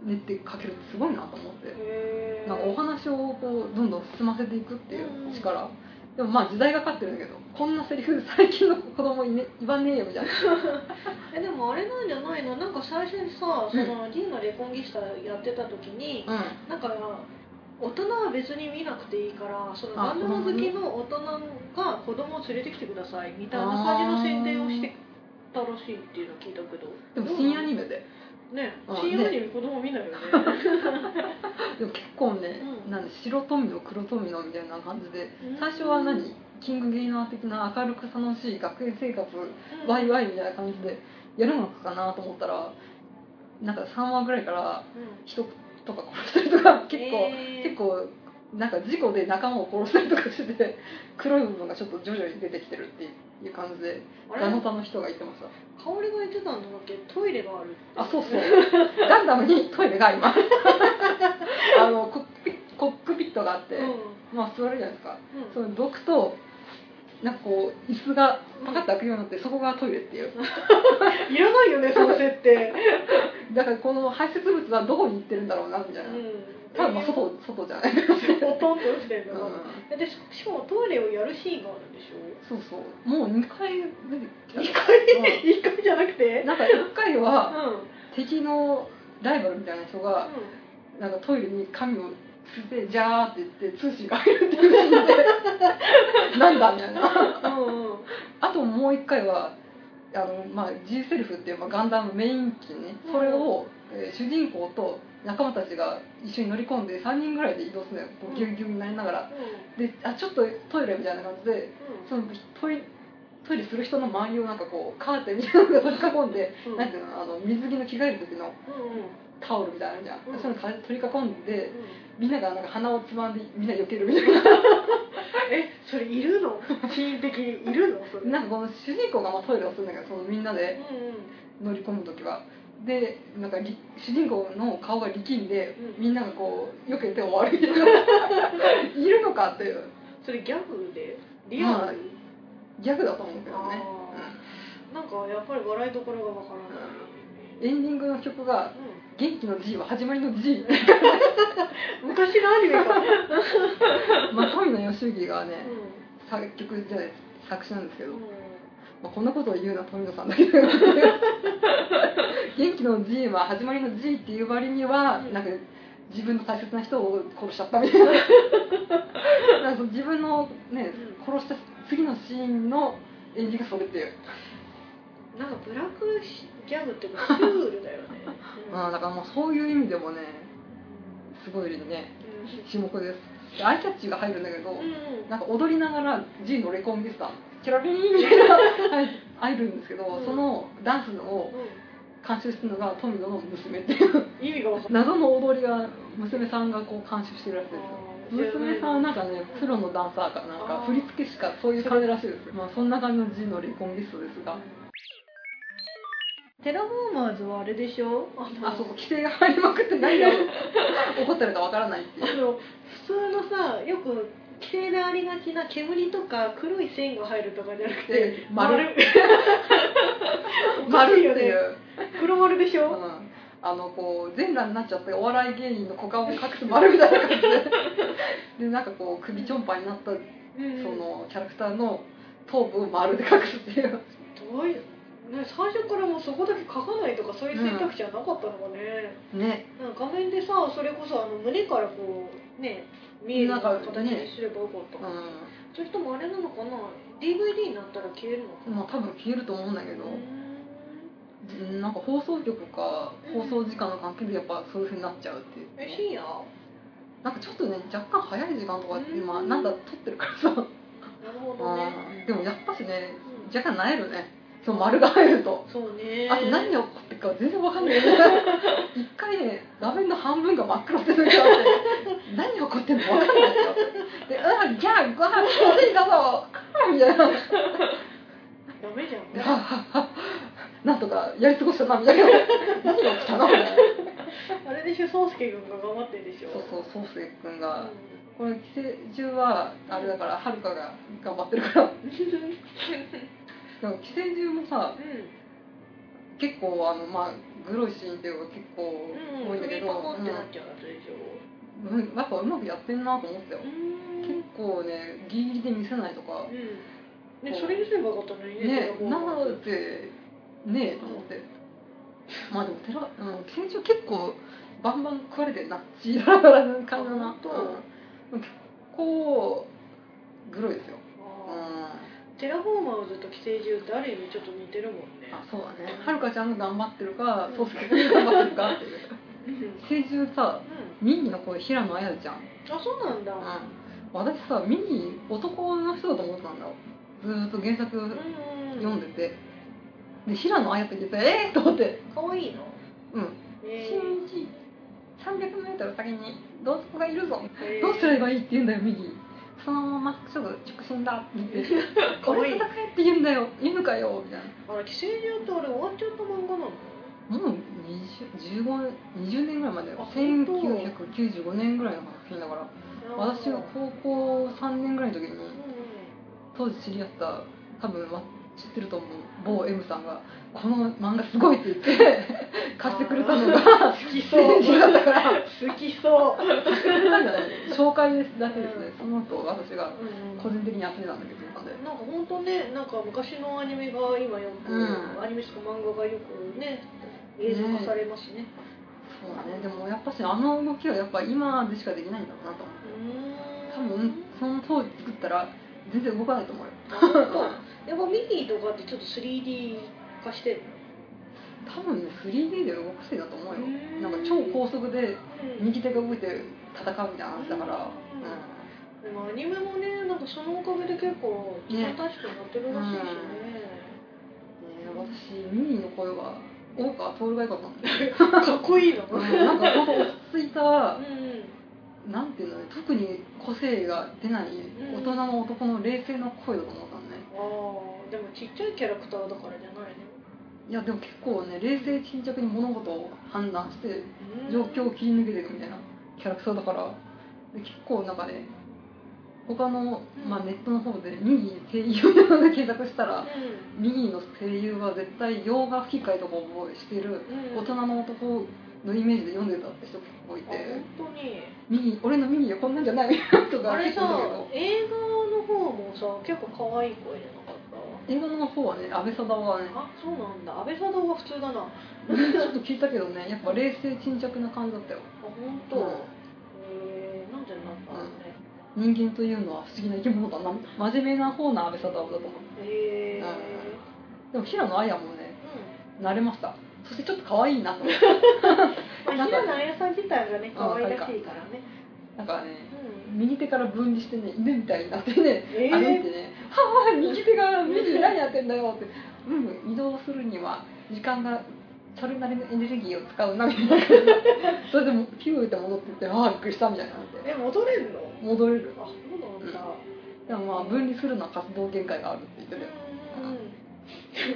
Speaker 1: 練って書けるってすごいなと思って
Speaker 3: んへー
Speaker 1: なんかお話をこうどんどん進ませていくっていう力、でもまあ時代がかってるんだけどこんなセリフ最近の子供いね言わねえよみたいな
Speaker 3: えでもあれなんじゃないのなんか最初にさその D のレコンギスタやってた時に、
Speaker 1: うん
Speaker 3: なんか大人は別に見なくていいからその
Speaker 1: あ
Speaker 3: ガンダム好きの大人が子供を連れてきてくださいみたいな感じの宣伝をしてたらしいっていうのを聞いたけど
Speaker 1: でも深夜アニメで
Speaker 3: ね
Speaker 1: うん
Speaker 3: 深夜に子供見ないよねう
Speaker 1: でも結構ね、
Speaker 3: うん
Speaker 1: なんで白富野黒富野みたいな感じで
Speaker 3: ん
Speaker 1: 最初は何キングゲイナー的な明るく楽しい学園生活
Speaker 3: うん
Speaker 1: ワイワイみたいな感じでやるのかなと思ったらなんか3話ぐらいから
Speaker 3: うん
Speaker 1: 人とか殺したりとか結構、
Speaker 3: えー
Speaker 1: 結構なんか事故で仲間を殺したりとかしてて 黒い部分がちょっと徐々に出てきてるっていう感じで
Speaker 3: あれ
Speaker 1: ガノさんの人が言ってました
Speaker 3: 香りが言ってたんだっけトイレがあるって
Speaker 1: あそうそう ガンダムにトイレがあります あのコックピコックピットがあって、
Speaker 3: うん
Speaker 1: まあ座るじゃないですか
Speaker 3: うん
Speaker 1: その僕となんかこう椅子がパカッと開くようになってそこがトイレっていう
Speaker 3: いらないよねその設 定
Speaker 1: だからこの排泄物はどこに行ってるんだろうなみたいな、
Speaker 3: うん
Speaker 1: 多分まあ外外じゃない、
Speaker 3: ほとんどしてんだから、
Speaker 1: うん
Speaker 3: でししかもトイレをやるシーンがあるんでしょ
Speaker 1: そうそうもう2回出てきた
Speaker 3: 一回一回じゃなくて
Speaker 1: なんか1回
Speaker 3: う
Speaker 1: は
Speaker 3: ん
Speaker 1: 敵のライバルみたいな人がなんかトイレに紙を捨ててジャーって言って通信が入るっていうシーンで なんだみたいな
Speaker 3: うんうん
Speaker 1: あともう1回はあの、まあ、G セルフっていう、まあ、ガンダムメイン機ねそれを、えー主人公と仲間たちが一緒に乗り込んで3人ぐらいで移動するのよこうギュウギュウになりながらであちょっとトイレみたいな感じでそのトイレトイレする人の周りをなんかこうカーテンみたいなのが取り囲んで、
Speaker 3: うん
Speaker 1: なんていうのあの水着の着替える時の
Speaker 3: うんうんうん
Speaker 1: タオルみたいなのじゃん、
Speaker 3: うん
Speaker 1: そのか取り囲んで
Speaker 3: うん
Speaker 1: みんながなんか鼻をつまんでみんな避けるみたいな
Speaker 3: えそれいるのシーン的にいるのそれ
Speaker 1: なんかこの主人公がまあトイレをするんだけどそのみんな
Speaker 3: う
Speaker 1: で
Speaker 3: んうん
Speaker 1: 乗り込む時はでなんかり主人公の顔が力んで、
Speaker 3: うん
Speaker 1: みんながこう避けて終わるみたいないるのかっていう
Speaker 3: それギャグでリアル、
Speaker 1: はいギャグだと思うけどね
Speaker 3: あーなんかやっぱり笑いどころがわからない、
Speaker 1: うんエンディングの曲が「元気の G は始まりの G」
Speaker 3: うん、昔のアニメか、
Speaker 1: まあ、富野義行がね
Speaker 3: う
Speaker 1: 作曲じゃない作詞なんですけ
Speaker 3: ん
Speaker 1: ど、ま
Speaker 3: うん
Speaker 1: あ、こんなことを言うのは富野さんだけど元気の G は始まりの G っていう割には、
Speaker 3: うん
Speaker 1: なんか自分の大切な人を殺しちゃったみたいな なんかその自分のね殺した次のシーンのエンディングがそれっていう、
Speaker 3: なんかブラックギャグっていうかシュールだよね。
Speaker 1: まあ、だからもうそういう意味でもねすごいね
Speaker 3: うん
Speaker 1: 注目ですでアイキャッチが入るんだけど、
Speaker 3: うん
Speaker 1: なんか踊りながら G のレコンビスタキャラビーンみたいな はい入るんですけど、
Speaker 3: うん
Speaker 1: そのダンスを
Speaker 3: う
Speaker 1: 監修するのが富野の娘っていうん
Speaker 3: 意味が分かんない
Speaker 1: 謎の踊りが娘さんがこう監修してるらしいですよ娘さんはなんかねプロのダンサーかなん
Speaker 3: あ
Speaker 1: か
Speaker 3: ー
Speaker 1: 振り付けしかそういう感じらしいですまあそんな感じの G のレコンビストですが
Speaker 2: テラフォーマーズはあれでしょあの
Speaker 1: あそこ規制が入りまくって何 が起こってるかわからないってい
Speaker 3: あ
Speaker 1: う
Speaker 3: の普通のさよく規制でありがちな煙とか黒い線が入るとかじゃなくて
Speaker 1: で丸
Speaker 3: おかしい
Speaker 1: 丸
Speaker 3: よ
Speaker 1: ってい
Speaker 3: ね
Speaker 1: う、
Speaker 3: 黒丸でし
Speaker 1: う
Speaker 3: ょ
Speaker 1: ん、あのこう全裸になっちゃってお笑い芸人の股間を隠す丸みたいな感じ ででなんかこう首ちょんぱになった
Speaker 3: そ
Speaker 1: そのキャラクターの頭部を丸で隠すっていう
Speaker 3: どういうね、最初からもうそこだけ書かないとかそういう選択肢はなかったのかね、
Speaker 1: ね
Speaker 3: なんか画面でさそれこそあの胸からこうね見えるような形にすればよかった
Speaker 1: う
Speaker 3: かな、
Speaker 1: ん
Speaker 3: そういう人もあれなのかな DVD になったら消えるのかな
Speaker 1: まあ多分消えると思うんだけど、
Speaker 3: うーん
Speaker 1: うんなんか放送局か放送時間の関係でやっぱそういうふうになっちゃうっていう
Speaker 3: え深夜
Speaker 1: なんかちょっとね若干早い時間とかって
Speaker 3: うん
Speaker 1: 今なんだ撮ってるからさ、
Speaker 3: なるほどね、
Speaker 1: うんでもやっぱしね
Speaker 3: うん
Speaker 1: 若干萎えるねその丸が入ると、
Speaker 3: そうね
Speaker 1: あと何
Speaker 3: が
Speaker 1: が起こってるか全然わ かんない一回ね画面の半分が真っ黒ってなっちゃって何が起こってるのわかんないですよで「うんギャーご飯食べていたぞあー」みたいな
Speaker 3: ダメじゃん
Speaker 1: ではっはっはなんとかやり過ごしたなみたいな何が起きたのみたいな
Speaker 3: あれでしょ宗介君が頑張ってるでしょ
Speaker 1: そうそう宗介君
Speaker 3: う
Speaker 1: が
Speaker 3: ん
Speaker 1: この寄生獣はあれだからはるかが頑張ってるからでも寄生獣もさ結構あのまあグロいシーンっていうか結構
Speaker 3: うん
Speaker 1: 多
Speaker 3: う
Speaker 1: い
Speaker 3: ん
Speaker 1: んだけ
Speaker 3: 首
Speaker 1: ど、
Speaker 3: パコ
Speaker 1: う
Speaker 3: ってなっ
Speaker 1: ん
Speaker 3: ちゃうやつでしょ
Speaker 1: うん、やっぱうまくやってんなと思ったよ
Speaker 3: うー
Speaker 1: 結
Speaker 3: ん
Speaker 1: 構ねギリギリで見せないとか
Speaker 3: うんねそれにすればよかったのにねテ
Speaker 1: ね
Speaker 3: レビ
Speaker 1: な
Speaker 3: 放送
Speaker 1: んてねえと思ってまあでも寺、うん、寄生獣結構バンバン食われてんな血だらだらの感じだ
Speaker 3: あ
Speaker 1: な
Speaker 3: 本当
Speaker 1: うん結構グロいですよ、う
Speaker 3: あ
Speaker 1: ん
Speaker 3: ーテラフォーマーズと寄生獣ってある意味ちょっと似てるもんね
Speaker 1: あそうだねはるかちゃんが頑張ってるか
Speaker 3: うん
Speaker 1: そうすけ君が頑張ってるかっていう
Speaker 3: うんうん
Speaker 1: 成獣さミニの声平野綾ちゃん、
Speaker 3: あそうなんだ
Speaker 1: う、
Speaker 3: うん
Speaker 1: 私さミニ男の人だと思ってたんだよずーっと原作
Speaker 3: ん
Speaker 1: 読んでてで平野綾って言ってえー、と思って
Speaker 3: かわいいの
Speaker 1: うん
Speaker 3: え
Speaker 1: 新一 300m 先に同族がいるぞ
Speaker 3: ー
Speaker 1: どうすればいいって言うんだよミニそのまますぐ直進だって言って 「
Speaker 3: かわ
Speaker 1: 俺
Speaker 3: いい
Speaker 1: 戦えって言うんだよ犬かよ」みたいな
Speaker 3: あれ寄生獣ってあれ終わっちゃった漫画なの
Speaker 1: もう20 15 20年ぐらいまで
Speaker 3: あ本当
Speaker 1: 1995年ぐらいの作品だから私が高校3年ぐらいの時に
Speaker 3: うんうん
Speaker 1: 当時知り合った多分わ知ってると思う某 M さんが「この漫画すごい」って言って貸してくれたのが
Speaker 3: 好き そう
Speaker 1: 政治だったから
Speaker 3: 好きそう
Speaker 1: なんかね紹介ですだけですねその後私が
Speaker 3: うん
Speaker 1: 個人的に集めたんだけどなんで
Speaker 3: なんか本当ね、なんか昔のアニメが今よく、
Speaker 1: うん
Speaker 3: アニメとか漫画がよくね、映像化されますね。
Speaker 1: そうだねでもやっぱしあの動きはやっぱ今でしかできないんだろうなと思う多
Speaker 3: うーん
Speaker 1: 分その当時作ったら全然動かないと思うよ
Speaker 3: あ本当やっぱミニーとかってちょっと 3D 化してる
Speaker 1: 多分ね 3D で動かせるんだと思うよ
Speaker 3: の
Speaker 1: なんか超高速で
Speaker 3: うん
Speaker 1: 右手が動いて戦うみたいな話だか
Speaker 3: う
Speaker 1: ら
Speaker 3: んでもアニメもね、なんかそのおかげで結構新しくなってるらしいしね。
Speaker 1: うん、ね、私ミニの声は大川徹 が良かったんだよ
Speaker 3: かっこいいな。うん
Speaker 1: なんかこの落ち着いた
Speaker 3: うん
Speaker 1: なんていうのね特に個性が出ない
Speaker 3: ん
Speaker 1: 大人の男の冷静な声だと思ったのね
Speaker 3: ああ、でもちっちゃいキャラクターだからじゃないね。
Speaker 1: いやでも結構ね冷静沈着に物事を判断して
Speaker 3: うん
Speaker 1: 状況を切り抜けてるみたいなキャラクターだからで結構なんかね他の、
Speaker 3: うん
Speaker 1: まあ、ネットの方でミギー声優みたいなので検索したら
Speaker 3: う
Speaker 1: ミギーの声優は絶対洋画吹き替えとかをしてる
Speaker 3: んうん
Speaker 1: 大人の男のイメージで読んでたって人結構い
Speaker 3: あ
Speaker 1: て
Speaker 3: 本当に
Speaker 1: ミギー俺のミギーはこんなんじゃないみたいな人
Speaker 3: あ
Speaker 1: が
Speaker 3: れ
Speaker 1: 結
Speaker 3: さ
Speaker 1: 構いたけど
Speaker 3: 映画の方もさ結構可愛い声じゃなかっ
Speaker 1: 映画の方はね阿部サダはね
Speaker 3: たあそうなんだ阿部サダヲは普通だなあ
Speaker 1: ちょっと聞いたけどねやっぱ冷静沈着な感じだったよ
Speaker 3: 本当、
Speaker 1: うん
Speaker 3: えー、なんでなんだろうね、
Speaker 1: 人間というのは不思議な生き物だな真面目な方の安倍サダヲだと思う
Speaker 3: えー、
Speaker 1: でも平野綾もね慣れましたそしてちょっと可愛いなと思って
Speaker 3: うんまあ平野綾さん自体がね可愛らしいからね
Speaker 1: なんかね
Speaker 3: うん
Speaker 1: 右手から分離してね犬みたいになってね
Speaker 3: え
Speaker 1: 歩いてね「はあ右手が右何やってんだよ」って「うん移動するには時間がそれなりのエネルギーを使うな」みたいなそれでもピューって戻ってって「ああびっくりした」みたいになって
Speaker 3: え戻れんのあ
Speaker 1: 戻れる
Speaker 3: そうなんだ、
Speaker 1: でもまあ分離するのは活動限界があるって言ってたよ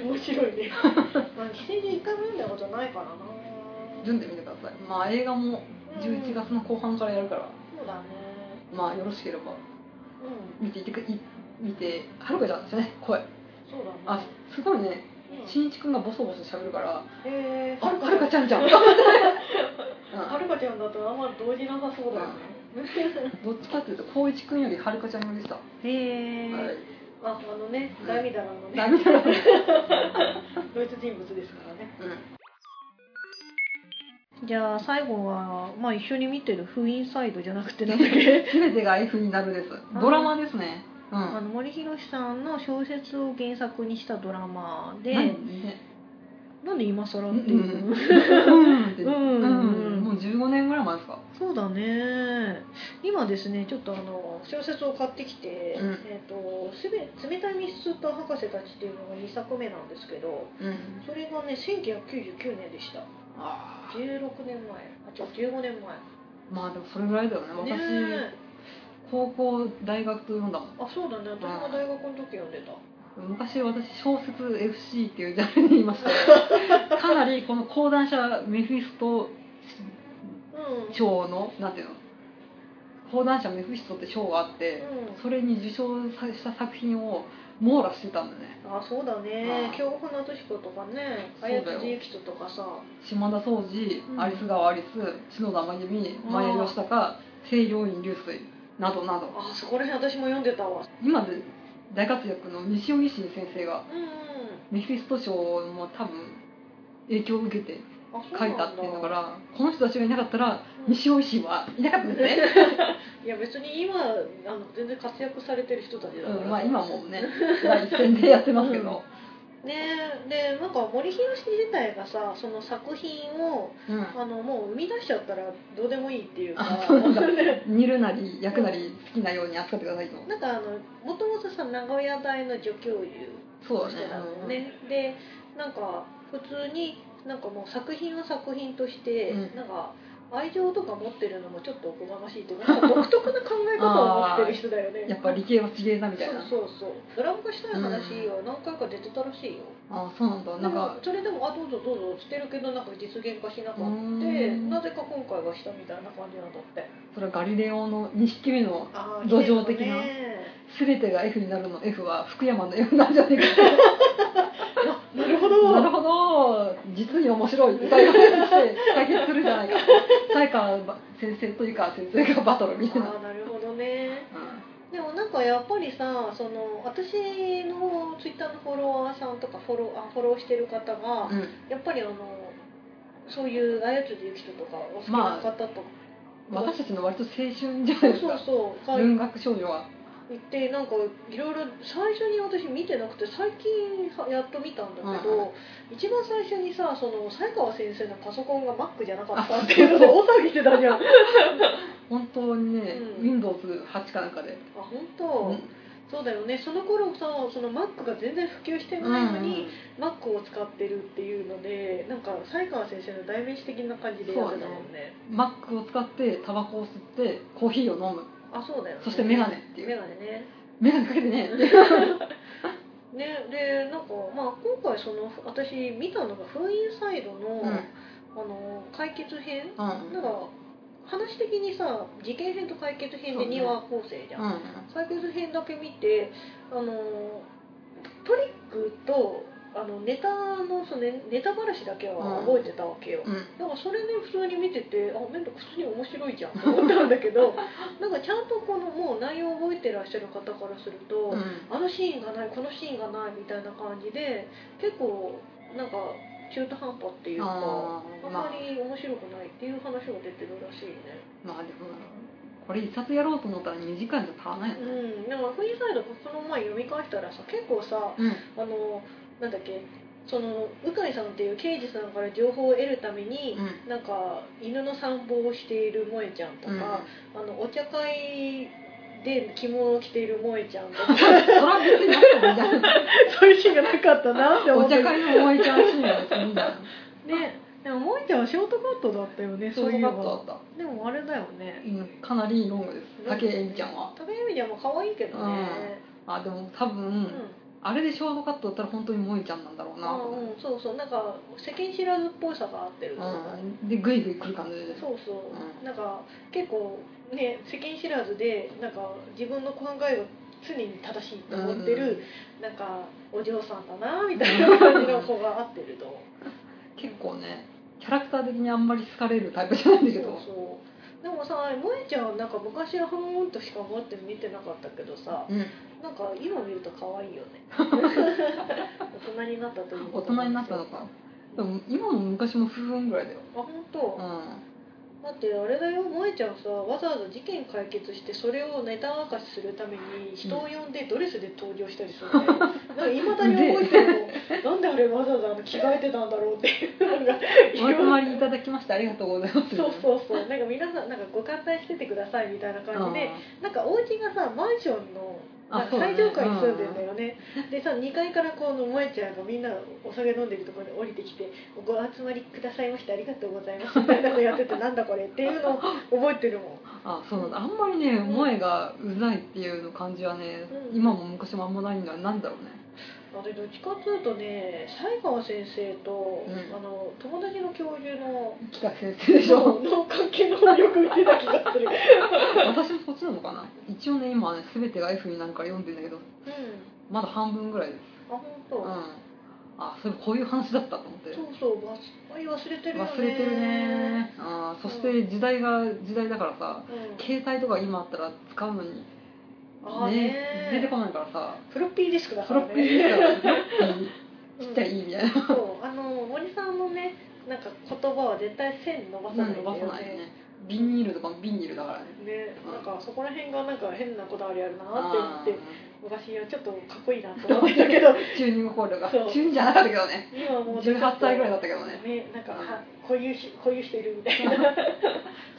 Speaker 3: うん面白 いねまあ寄生獣一回も読んだことないからな
Speaker 1: 読んでみてくださいまあ映画も11
Speaker 3: うん
Speaker 1: 月の後半からやるから
Speaker 3: そうだね
Speaker 1: まあよろしければ
Speaker 3: うん
Speaker 1: 見ていてくい見てはるかちゃんですね声
Speaker 3: そうだね
Speaker 1: あすごいね
Speaker 3: うん
Speaker 1: しんいちくんがボソボソ喋るから
Speaker 3: えー、
Speaker 1: あはるかちゃ んじゃんうん
Speaker 3: はるかちゃんだとあんま動じなさそうだよね、
Speaker 1: どっちかっていうと光一くんよりはるかちゃんよりさ、
Speaker 2: へえ
Speaker 1: は
Speaker 3: ああのねダミダラの
Speaker 1: い、
Speaker 3: ね
Speaker 1: ダメだろうね
Speaker 3: ドイツ人物ですからね
Speaker 2: じゃあ最後は、まあ、一緒に見てる「封印サイド」じゃなくてなんだっけ
Speaker 1: すべてが F になるです
Speaker 2: ー
Speaker 1: ドラマですねう
Speaker 2: あ の
Speaker 1: ん
Speaker 2: 森博さんの小説を原作にしたドラマで、
Speaker 1: 何ね
Speaker 2: なんで今更
Speaker 1: う
Speaker 2: っ
Speaker 1: ん
Speaker 2: ていうの、
Speaker 1: うんって
Speaker 2: うん
Speaker 1: うんもう15年ぐらい前ですか
Speaker 2: そうだね今ですねちょっとあの
Speaker 3: 小説を買ってきて「
Speaker 1: うん
Speaker 3: えー、とすべ冷たい密室と博士たち」っていうのが2作目なんですけど
Speaker 1: うん
Speaker 3: それがね1999年でした
Speaker 1: あー
Speaker 3: 16年前あ違う15年前
Speaker 1: まあでもそれぐらいだよね私
Speaker 3: ね
Speaker 1: 高校大学と読んだもん
Speaker 3: えあそうだね私も大学の時読んでた
Speaker 1: 昔私小説 FC っていうジャンルにいまし たかなりこの講談社メフィスト
Speaker 3: うん
Speaker 1: 賞のなんていうの講談社メフィストって賞があってそれに受賞さした作品を網羅してたんだね
Speaker 3: うん、あそうだね
Speaker 1: あ
Speaker 3: 京本夏彦とかね
Speaker 1: そうだ
Speaker 3: 綾
Speaker 1: よ
Speaker 3: 辻由紀人とかさ
Speaker 1: 島田総司、
Speaker 2: うん
Speaker 1: 有栖川有栖篠田真由美
Speaker 2: あー
Speaker 1: 前吉高清涼院流水などなど
Speaker 3: あそこら辺私も読んでたわ
Speaker 1: 今で大活躍の西尾維新先生が
Speaker 3: うんうん
Speaker 1: メフィスト賞も多分影響を受けて
Speaker 3: あそうなんだ
Speaker 1: 書いたっていうのからこの人たちがいなかったら
Speaker 3: うん
Speaker 1: 西尾維新はいなかったですね、
Speaker 3: いや別に今あの全然活躍されてる人たちだから、
Speaker 1: うん、まあ今もね第一線でやってますけど、
Speaker 3: ねえでなんか森博自体がさその作品を
Speaker 1: うん
Speaker 3: あのもう生み出しちゃったらどうでもいいっていうか
Speaker 1: あそう なんだ煮るなり焼くなり好きなように扱ってくださいと
Speaker 3: なんかあのもともとさ名古屋大の助教諭
Speaker 1: そ
Speaker 3: としてたのね、でなんか普通になんかもう作品は作品として、
Speaker 1: うん
Speaker 3: なんか愛情とか持ってるのもちょっとおこがましいっていうかなんか独特な考え方を持ってる人だよね
Speaker 1: やっぱ理系は違えなみたいな
Speaker 3: そうそうそうドラム化したい話は何回か出てたらしいよ、
Speaker 1: あそうなんだ
Speaker 3: な
Speaker 1: なんん
Speaker 3: か
Speaker 1: か
Speaker 3: それでも「あどうぞどうぞ」してるけどなんか実現化しなか
Speaker 1: う
Speaker 3: っ
Speaker 1: ー
Speaker 3: て
Speaker 1: ん
Speaker 3: なぜか今回はしたみたいな感じなんだって
Speaker 1: それはガリレオの2匹目の
Speaker 3: あ
Speaker 1: ー土壌的な全てが F になるの F は福山の F なんじゃねえか
Speaker 3: なるほ
Speaker 1: なる
Speaker 3: ど
Speaker 1: ほど実に面白いって最後にして解決するじゃないか才川先生というか先生がバトルみたいな、
Speaker 3: あーなるほどね
Speaker 1: う
Speaker 3: でもなんかやっぱりさその私のツイッターのフォロワーさんとかフォローあフォローしてる方が、
Speaker 1: んうん
Speaker 3: やっぱりあのそういう綾辻ゆきととかお好きな方とか、
Speaker 1: 私たちの割と青春じゃないです
Speaker 3: そう
Speaker 1: か
Speaker 3: そうが
Speaker 1: 文学少女は
Speaker 3: 行ってなんかいろいろ最初に私見てなくて最近はやっと見たんだけど、
Speaker 1: うん
Speaker 3: 一番最初にさその才川先生のパソコンが Mac じゃなかった
Speaker 1: あ
Speaker 3: っていうので大騒ぎしてたじゃんあ
Speaker 1: 本当にね、
Speaker 3: うん
Speaker 1: Windows8 かなんかで、
Speaker 3: 本
Speaker 1: う
Speaker 3: 当、
Speaker 1: ん
Speaker 3: そうだよねその頃さその Mac が全然普及してないのに、Mac を使ってるっていうのでなんか才川先生の代名詞的な感じでやってたもんね
Speaker 1: Mac を使ってタバコを吸ってコーヒーを飲む
Speaker 3: あそうだよね
Speaker 1: そしてメガネってい
Speaker 3: メ
Speaker 1: う
Speaker 3: ガネ ね
Speaker 1: メガネかけてね
Speaker 3: ねでなんかまあ今回その私見たのが「封印サイドの」
Speaker 1: うん
Speaker 3: あの解決編
Speaker 1: うん
Speaker 3: なんか話的にさ事件編と解決編で
Speaker 1: そうね
Speaker 3: 2話構成じゃん、
Speaker 1: うん
Speaker 3: 解決編だけ見てあのトリックとあのネタのそのネネタ話だけは覚えてたわけよ、
Speaker 1: うん
Speaker 3: だからそれで普通に見ててあ面倒普通に面白いじゃんと思ったんだけ どなんかちゃんとこのもう内容を覚えてらっしゃる方からすると、
Speaker 1: うん
Speaker 3: あのシーンがないこのシーンがないみたいな感じで結構なんか中途半端っていうかあ
Speaker 1: あー
Speaker 3: ん
Speaker 1: ま
Speaker 3: ま
Speaker 1: あ
Speaker 3: り面白くないっていう話が出てるらしいね
Speaker 1: まあでもこれ一冊やろうと思ったら2時間じゃ足らないよね
Speaker 3: うんでもフリーサイドこの前読み返したらさ結構さ
Speaker 1: うん
Speaker 3: あのなんだっけその鵜飼さんっていう刑事さんから情報を得るために、
Speaker 1: う
Speaker 3: なんか犬の散歩をしている萌えちゃんとか、
Speaker 1: うん
Speaker 3: あのお茶会で着物を着ている萌えちゃんとか
Speaker 1: そら別になったみたいな
Speaker 2: そういうシーンがなかったなって
Speaker 1: お
Speaker 2: 思って
Speaker 1: 茶会の思いちゃうシーンなんですみんな
Speaker 2: ねでも萌えちゃんはショートカットだったよね
Speaker 1: そ
Speaker 2: そううい
Speaker 1: い
Speaker 2: うう
Speaker 1: カッ
Speaker 2: の
Speaker 1: トだっ
Speaker 2: でもあれだよね
Speaker 1: た、うん、かなりロングです竹井絵里ちゃんは
Speaker 3: 竹井美ちゃんも可愛いけどね、
Speaker 1: あでも多分、
Speaker 3: うん
Speaker 1: あれでショートカットだったら本当に萌えちゃんなんだろうな
Speaker 3: あうん、そうそうなんか世間知らずっぽいさが合ってる、
Speaker 1: うん、でグイグイ来る感じで
Speaker 3: そうそう、
Speaker 1: うん
Speaker 3: なんか結構ね世間知らずでなんか自分の考えを常に正しいと思ってる、なんかお嬢さんだなみたいな感じの子が合ってると
Speaker 1: 結構ねキャラクター的にあんまり好かれるタイプじゃないんだけ
Speaker 3: そう
Speaker 1: ど
Speaker 3: そうでもさ萌えちゃんはなんか昔はふーんとしか思って見てなかったけどさ
Speaker 1: うん、
Speaker 3: なんか今見ると可愛いよ ね大人になったという
Speaker 1: 大人になったの
Speaker 3: あ
Speaker 1: かでも今も昔も夫婦ぐらいだよ
Speaker 3: 本当、
Speaker 1: う
Speaker 3: だってあれだよ萌えちゃんさわざわざ事件解決してそれをネタ明かしするために人を呼んでドレスで登場したりする のよいまだに覚えてるのなんであれわざわざあの着替えてたんだろう っていうのが
Speaker 1: んお集まりいただきましてありがとうございます
Speaker 3: そうそうそうなんか皆さんなんかご歓待しててくださいみたいな感じで
Speaker 1: う
Speaker 3: なんかお家がさマンションの
Speaker 1: あ
Speaker 3: なんか
Speaker 1: そうだ
Speaker 3: 最
Speaker 1: ね
Speaker 3: 上階に住んでんだよねでさ2階からこの萌えちゃんがみんなお酒飲んでるところに降りてきて「ご集まりくださいましてありがとうございます」みたいなのやっててなんだこれっていう のを覚えてるもん
Speaker 1: んあそうなんだあんまりね萌えがうざいっていうの感じはね、
Speaker 3: うん
Speaker 1: 今も昔もあんまないのはなんだろうね
Speaker 3: あれどっちかというとね西川先生と、
Speaker 1: うん
Speaker 3: あの友達の教授の
Speaker 1: 北先生でしょ
Speaker 3: の関係の方をよく見てた気が する
Speaker 1: 私もそっちなのかな一応ね今ね全てが F になるから読んでんだけど
Speaker 3: うん
Speaker 1: まだ半分ぐらいです
Speaker 3: あ本当、
Speaker 1: うんあそれこういう話だったと思って
Speaker 3: そうそう忘忘れてるよね
Speaker 1: 忘れてるねあーそして時代が時代だからさ
Speaker 3: うん
Speaker 1: 携帯とか今あったら使うのに
Speaker 3: あー
Speaker 1: ね
Speaker 3: ね
Speaker 1: 出てこないからさ
Speaker 3: フロッピーディスクだか
Speaker 1: フロ
Speaker 3: ら
Speaker 1: ッ
Speaker 3: ね
Speaker 1: ピーディスクだから ね
Speaker 3: う
Speaker 1: ち
Speaker 3: ん
Speaker 1: っちゃいいみたいな
Speaker 3: そうあの森さんのねなんか言葉は絶対線伸ばさないんだ
Speaker 1: 伸
Speaker 3: よね
Speaker 1: ばさないよねビニールとかもビニールだからね
Speaker 3: ね
Speaker 1: うん
Speaker 3: なんかそこら辺がなんか変なこだわりあるなって思
Speaker 1: あ
Speaker 3: っ
Speaker 1: ー
Speaker 3: て昔はちょっとかっこいいなと思ってたけ ど
Speaker 1: チューニングコールがチ
Speaker 3: そう
Speaker 1: ューニングじゃなかったけどね
Speaker 3: 今はもうちょっと
Speaker 1: 18歳ぐらいだったけどね
Speaker 3: ね、なんか、あこういうし、こういう人いるみたいな。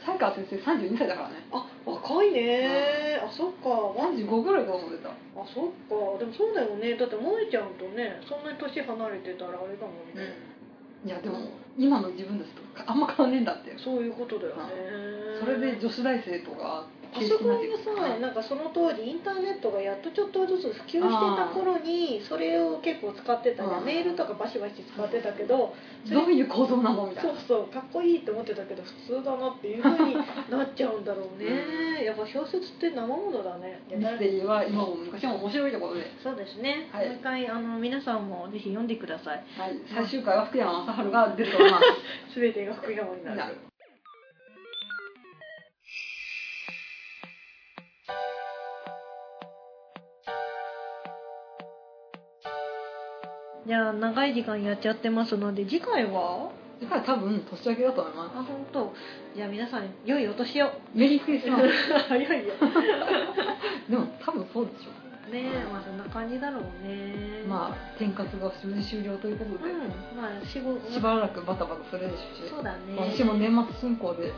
Speaker 1: 才川先生32歳だからね
Speaker 3: あ、若いね、あ、そっか、ま
Speaker 1: 35ぐらいだと思ってた
Speaker 3: あ、そっか、でもそうだよね、だって萌えちゃんとね、そんなに年離れてたらあれだもんね。
Speaker 1: いやでも今の自分ですとあんま変わんねえんだって
Speaker 3: そういうことだよね。
Speaker 1: それで女子大生とか
Speaker 3: パソコンが
Speaker 1: は
Speaker 3: さ、
Speaker 1: い
Speaker 3: なんかその当時インターネットがやっとちょっとずつ普及してた頃にそれを結構使ってたり
Speaker 1: うん
Speaker 3: メールとかバシバシ使ってたけどそれ
Speaker 1: どういう構造なのみたい
Speaker 3: そ
Speaker 1: な
Speaker 3: うそうかっこいいって思ってたけど普通だなっていうふうになっちゃうんだろうねやっぱ小説って生ものだね
Speaker 1: ミステリーは今も昔も面白いところで、
Speaker 3: そうですね、
Speaker 1: はい
Speaker 3: もう一回あの皆さんもぜひ読んでください
Speaker 1: はい、最終回は福山雅治が出ると思います
Speaker 3: 全てが福山にな
Speaker 1: に
Speaker 3: る
Speaker 1: なる
Speaker 3: じゃあ長い時間やっちゃってますので次回は
Speaker 1: だから多分年明けだと思いま
Speaker 3: あ本当。じゃあ皆さん良いお 年を
Speaker 1: すメリークリスマス
Speaker 3: 早いよ
Speaker 1: でも多分そうでしょ
Speaker 3: ねえまあそんな感じだろうね
Speaker 1: うまあ転活が無事終了ということで、
Speaker 3: うんまあ仕事
Speaker 1: しばらくバタバタするでしょうし
Speaker 3: そうだね
Speaker 1: 私も年末進行で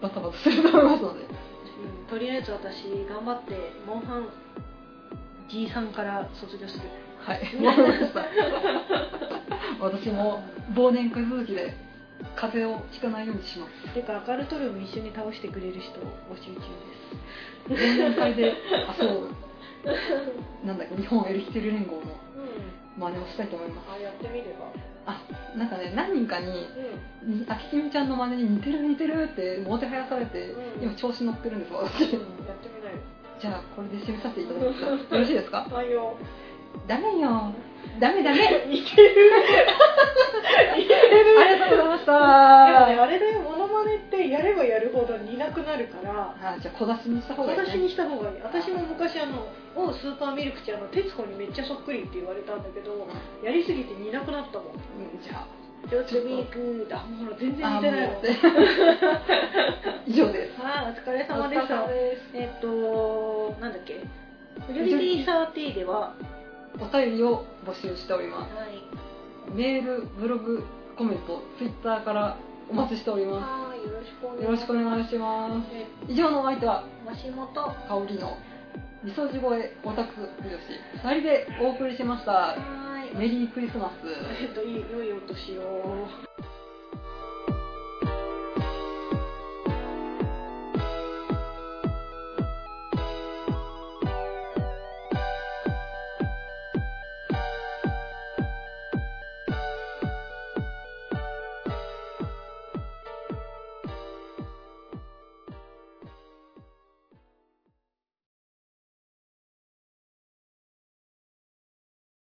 Speaker 1: バタバタすると思いますので
Speaker 3: うんとりあえず私頑張ってモンハン G さんから卒業する
Speaker 1: はいわかりました私も忘年会続きで風邪をひかないようにします
Speaker 3: てかアカルトルーム一緒に倒してくれる人を募集中です
Speaker 1: 忘年会であそうなんだっけ日本エルヒテル連合の
Speaker 3: う
Speaker 1: 真似をしたいと思いま
Speaker 3: んあやってみれば
Speaker 1: すなんかね何人かに
Speaker 3: う
Speaker 1: にあききみちゃんの真似に似てる似てるってもてはやされて、
Speaker 3: うん
Speaker 1: 今調子乗ってるんです私じ
Speaker 3: んやってみなよ
Speaker 1: ゃあこれで締めさせていただきますよろしいですか
Speaker 3: はいよ
Speaker 1: ダメよダメダメ
Speaker 3: 似てる似てる
Speaker 1: ありがとうございました
Speaker 3: でもねあれだよモノマネってやればやるほど似なくなるから
Speaker 1: あじゃあ小出しにした方がいい、ね、
Speaker 3: 私にした方がいい私も昔あの「おうスーパーミルクちゃんの徹子にめっちゃそっくり」って言われたんだけどやりすぎて似なくなったもん
Speaker 1: うんじゃあ
Speaker 3: 「ちょっとミーク」あもうほら全然似
Speaker 1: あ
Speaker 3: てない
Speaker 1: も
Speaker 3: もん
Speaker 1: う以上です
Speaker 3: はい、お疲れ様でし
Speaker 1: お疲
Speaker 3: た。
Speaker 1: れ様です
Speaker 3: えっ、と、なんだっけ。フルリティサーティでは、は
Speaker 1: お便りを募集しております
Speaker 3: い、
Speaker 1: メールブログコメントツイッターからお待ちしておりま
Speaker 3: はい、よろしくお願い
Speaker 1: すよろしくお願いしま
Speaker 3: え
Speaker 1: す以上のお相手は
Speaker 3: ーマシモと
Speaker 1: 香りのみそじ声オタク美女子2人でお送りしました
Speaker 3: はーい
Speaker 1: メリークリスマス
Speaker 2: えっといい良いお年を。